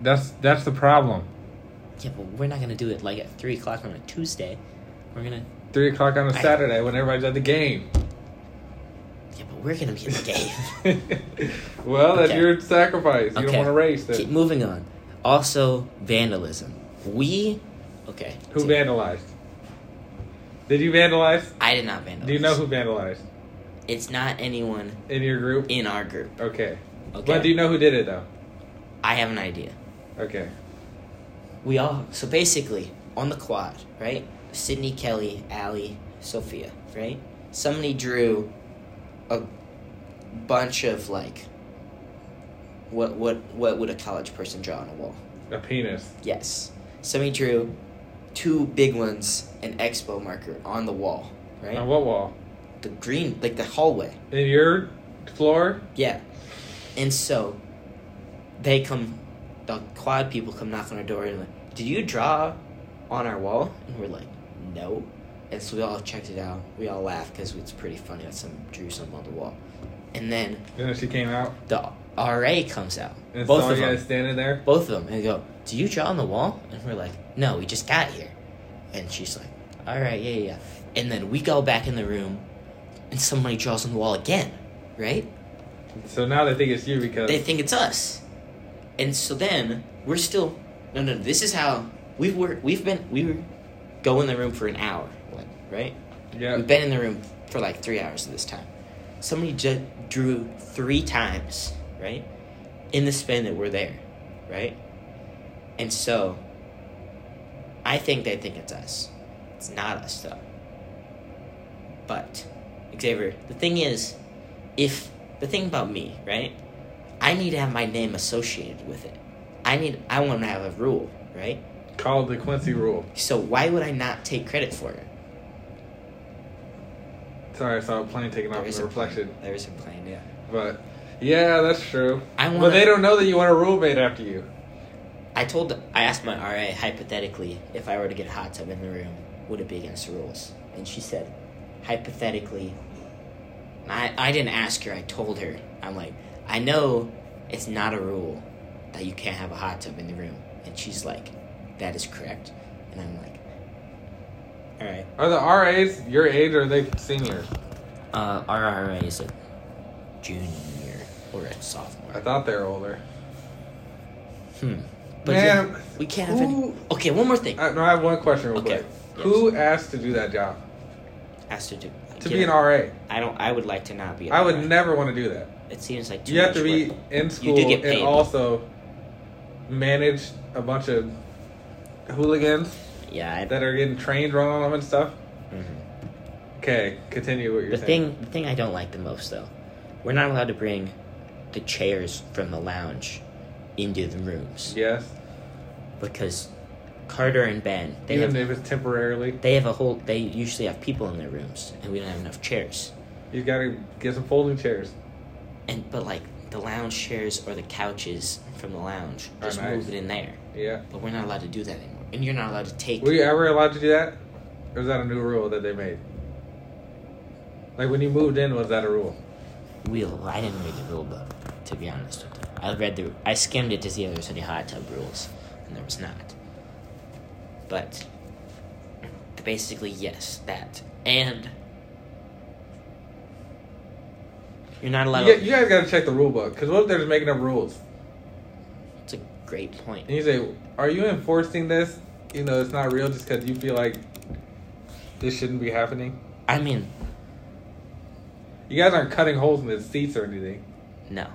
[SPEAKER 3] That's that's the problem.
[SPEAKER 2] yeah but we're not gonna do it like at three o'clock on a tuesday we're gonna
[SPEAKER 3] Three o'clock on a
[SPEAKER 2] I-
[SPEAKER 3] Saturday when everybody's at the game.
[SPEAKER 2] yeah but we're gonna be in the game
[SPEAKER 3] well, that's
[SPEAKER 2] Okay.
[SPEAKER 3] your sacrifice. You don't
[SPEAKER 2] Okay.
[SPEAKER 3] want to race.
[SPEAKER 2] Keep
[SPEAKER 3] Then.
[SPEAKER 2] moving on also vandalism we okay
[SPEAKER 3] Who vandalized? Did you vandalize?
[SPEAKER 2] i did not vandalize
[SPEAKER 3] Do you know who vandalized
[SPEAKER 2] it's not anyone
[SPEAKER 3] in your group?
[SPEAKER 2] in our group
[SPEAKER 3] Okay.
[SPEAKER 2] okay
[SPEAKER 3] But do you know who did it though?
[SPEAKER 2] I have an idea.
[SPEAKER 3] Okay.
[SPEAKER 2] We all so basically on the quad, right? Sydney, Kelly, Allie, Sophia, right? Somebody drew a bunch of like what what what would a college person draw on a wall?
[SPEAKER 3] A penis.
[SPEAKER 2] Yes. Somebody drew two big ones and expo marker on the wall, right?
[SPEAKER 3] On what wall?
[SPEAKER 2] The green like the hallway.
[SPEAKER 3] In your floor?
[SPEAKER 2] Yeah. And so they come the quad people come knock on our door and like, Did you draw on our wall? And we're like, No. And so we all checked it out. We all laughed because it's pretty funny that some drew something on the wall. And then
[SPEAKER 3] Then she came out.
[SPEAKER 2] the RA comes out.
[SPEAKER 3] And it's
[SPEAKER 2] both
[SPEAKER 3] all
[SPEAKER 2] of
[SPEAKER 3] you
[SPEAKER 2] them.
[SPEAKER 3] guys standing there.
[SPEAKER 2] Both of them. And they go, Do you draw on the wall? And we're like, No, we just got here. And she's like, All right, yeah, yeah. yeah." And then we go back in the room and somebody draws on the wall again, right?
[SPEAKER 3] So now they think it's you because
[SPEAKER 2] They think it's us. And so then we're still no no this is how we've worked we've been we were go in the room for an hour, like, right?
[SPEAKER 3] yeah.
[SPEAKER 2] We've been in the room for like three hours this time. Somebody ju- drew three times, right? In the span that we're there, right? And so, I think they think it's us. It's not us, though. But, Xavier, the thing is, if the thing about me, right? I need to have my name associated with it. I need, I want to have a rule, right?
[SPEAKER 3] Called the Quincy rule.
[SPEAKER 2] So why would I not take credit for it?
[SPEAKER 3] Sorry, I saw a plane taking off
[SPEAKER 2] There
[SPEAKER 3] in
[SPEAKER 2] is
[SPEAKER 3] the
[SPEAKER 2] a plane.
[SPEAKER 3] reflection.
[SPEAKER 2] There is a plane, yeah.
[SPEAKER 3] But yeah, that's true.
[SPEAKER 2] I
[SPEAKER 3] But
[SPEAKER 2] wanna-
[SPEAKER 3] they don't know that you want a roommate after you.
[SPEAKER 2] I told, I asked my RA hypothetically if I were to get a hot tub in the room, would it be against the rules? And she said, hypothetically. and I, I didn't ask her. I told her. I'm like, I know it's not a rule that you can't have a hot tub in the room. And she's like, that is correct. And I'm like, all right.
[SPEAKER 3] Are the RAs your age or are they senior?
[SPEAKER 2] Uh, our RA is a junior or a sophomore.
[SPEAKER 3] I thought they were older.
[SPEAKER 2] Hmm. But
[SPEAKER 3] Man,
[SPEAKER 2] yeah, we can't have any.
[SPEAKER 3] who-
[SPEAKER 2] Okay, one more thing.
[SPEAKER 3] I, no, I have one question real
[SPEAKER 2] Okay.
[SPEAKER 3] quick. Who asked to do that job?
[SPEAKER 2] Has to do.
[SPEAKER 3] To
[SPEAKER 2] get
[SPEAKER 3] be
[SPEAKER 2] it.
[SPEAKER 3] an RA.
[SPEAKER 2] I don't. I would like to not be. an
[SPEAKER 3] I would
[SPEAKER 2] RA.
[SPEAKER 3] never want to do that.
[SPEAKER 2] It seems like too
[SPEAKER 3] You have to
[SPEAKER 2] much
[SPEAKER 3] be
[SPEAKER 2] work.
[SPEAKER 3] in
[SPEAKER 2] You
[SPEAKER 3] school
[SPEAKER 2] do get paid.
[SPEAKER 3] and also manage a bunch of hooligans
[SPEAKER 2] yeah. I,
[SPEAKER 3] that are getting trained wrong on them and stuff.
[SPEAKER 2] mhm.
[SPEAKER 3] Okay, continue what you're
[SPEAKER 2] The
[SPEAKER 3] saying.
[SPEAKER 2] thing, the thing I don't like the most though, we're not allowed to bring the chairs from the lounge into the rooms
[SPEAKER 3] Yes.
[SPEAKER 2] because Carter and Ben they
[SPEAKER 3] Even
[SPEAKER 2] have
[SPEAKER 3] if it's temporarily,
[SPEAKER 2] they have a whole. They usually have people in their rooms, and we don't have enough chairs.
[SPEAKER 3] you gotta get some folding chairs.
[SPEAKER 2] And but like the lounge chairs or the couches from the lounge,
[SPEAKER 3] Are
[SPEAKER 2] just
[SPEAKER 3] nice.
[SPEAKER 2] move it in there.
[SPEAKER 3] Yeah.
[SPEAKER 2] But we're not allowed to do that anymore, and you're not allowed to take.
[SPEAKER 3] Were you ever allowed to do that? Or is that a new rule that they made? Like when you moved in, was that a rule?
[SPEAKER 2] Wheel. I didn't read the rule book, to be honest with you. I read the. I skimmed it to see if there was any hot tub rules, and there was not. But basically, yes, that and you're not
[SPEAKER 3] You,
[SPEAKER 2] allowed.
[SPEAKER 3] you guys gotta check the rule book, because what if they're just making up rules?
[SPEAKER 2] It's a great point.
[SPEAKER 3] And you say, are you enforcing this? You know, it's not real just because you feel like this shouldn't be happening?
[SPEAKER 2] I mean,
[SPEAKER 3] You guys aren't cutting holes in the seats or anything.
[SPEAKER 2] no,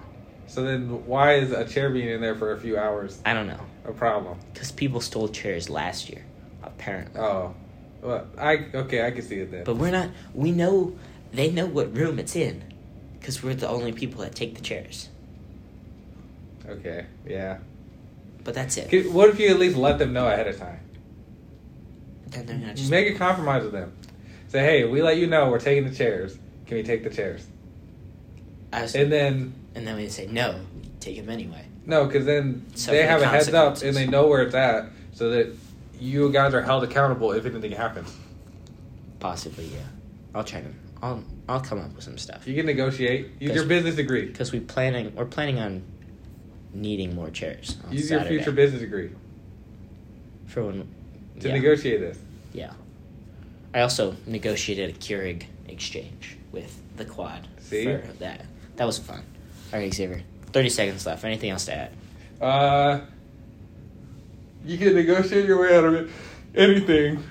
[SPEAKER 3] So then why is a chair being in there for a few hours
[SPEAKER 2] I don't know,
[SPEAKER 3] a problem?
[SPEAKER 2] because people stole chairs last year, apparently.
[SPEAKER 3] Oh. Well, I okay, I can see it then.
[SPEAKER 2] But we're not. We know they know what room it's in, because we're the only people that take the chairs.
[SPEAKER 3] Okay, yeah.
[SPEAKER 2] But that's it.
[SPEAKER 3] Could- What if you at least let them know ahead of time?
[SPEAKER 2] Then they're not just
[SPEAKER 3] Make a compromise with them. Say, hey, we let you know we're taking the chairs. Can we take the chairs?
[SPEAKER 2] I was,
[SPEAKER 3] And then
[SPEAKER 2] and then we say no, take him anyway.
[SPEAKER 3] no, because then
[SPEAKER 2] Suffer
[SPEAKER 3] they
[SPEAKER 2] the
[SPEAKER 3] have a heads up and
[SPEAKER 2] consequences.
[SPEAKER 3] they know where it's at, so that you guys are held accountable if anything happens.
[SPEAKER 2] Possibly, yeah. I'll try to. I'll I'll come up with some stuff
[SPEAKER 3] You can negotiate. Use
[SPEAKER 2] Yes.
[SPEAKER 3] your business degree.
[SPEAKER 2] because we planning we're planning on needing more chairs on
[SPEAKER 3] Use
[SPEAKER 2] Saturday
[SPEAKER 3] your future business degree
[SPEAKER 2] for when
[SPEAKER 3] to
[SPEAKER 2] yeah,
[SPEAKER 3] negotiate this.
[SPEAKER 2] Yeah. I also negotiated a Keurig exchange with the quad.
[SPEAKER 3] See?
[SPEAKER 2] for that that was fun. All right, Xavier. Thirty seconds left. Anything else to add?
[SPEAKER 3] Uh, you can negotiate your way out of it. Anything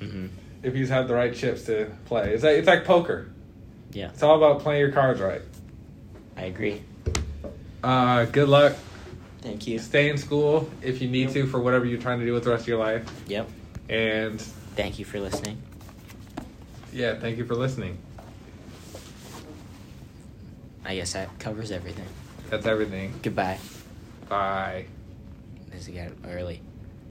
[SPEAKER 2] Mm-hmm.
[SPEAKER 3] if you have the right chips to play. It's like it's like poker.
[SPEAKER 2] Yeah,
[SPEAKER 3] It's all about playing your cards right.
[SPEAKER 2] I agree.
[SPEAKER 3] Uh, good luck.
[SPEAKER 2] Thank you.
[SPEAKER 3] Stay in school if you need to for whatever you're trying to do with the rest of your life.
[SPEAKER 2] Yep.
[SPEAKER 3] And
[SPEAKER 2] Thank you for listening.
[SPEAKER 3] yeah, thank you for listening.
[SPEAKER 2] I guess that covers everything.
[SPEAKER 3] That's everything.
[SPEAKER 2] Goodbye.
[SPEAKER 3] Bye.
[SPEAKER 2] This got early.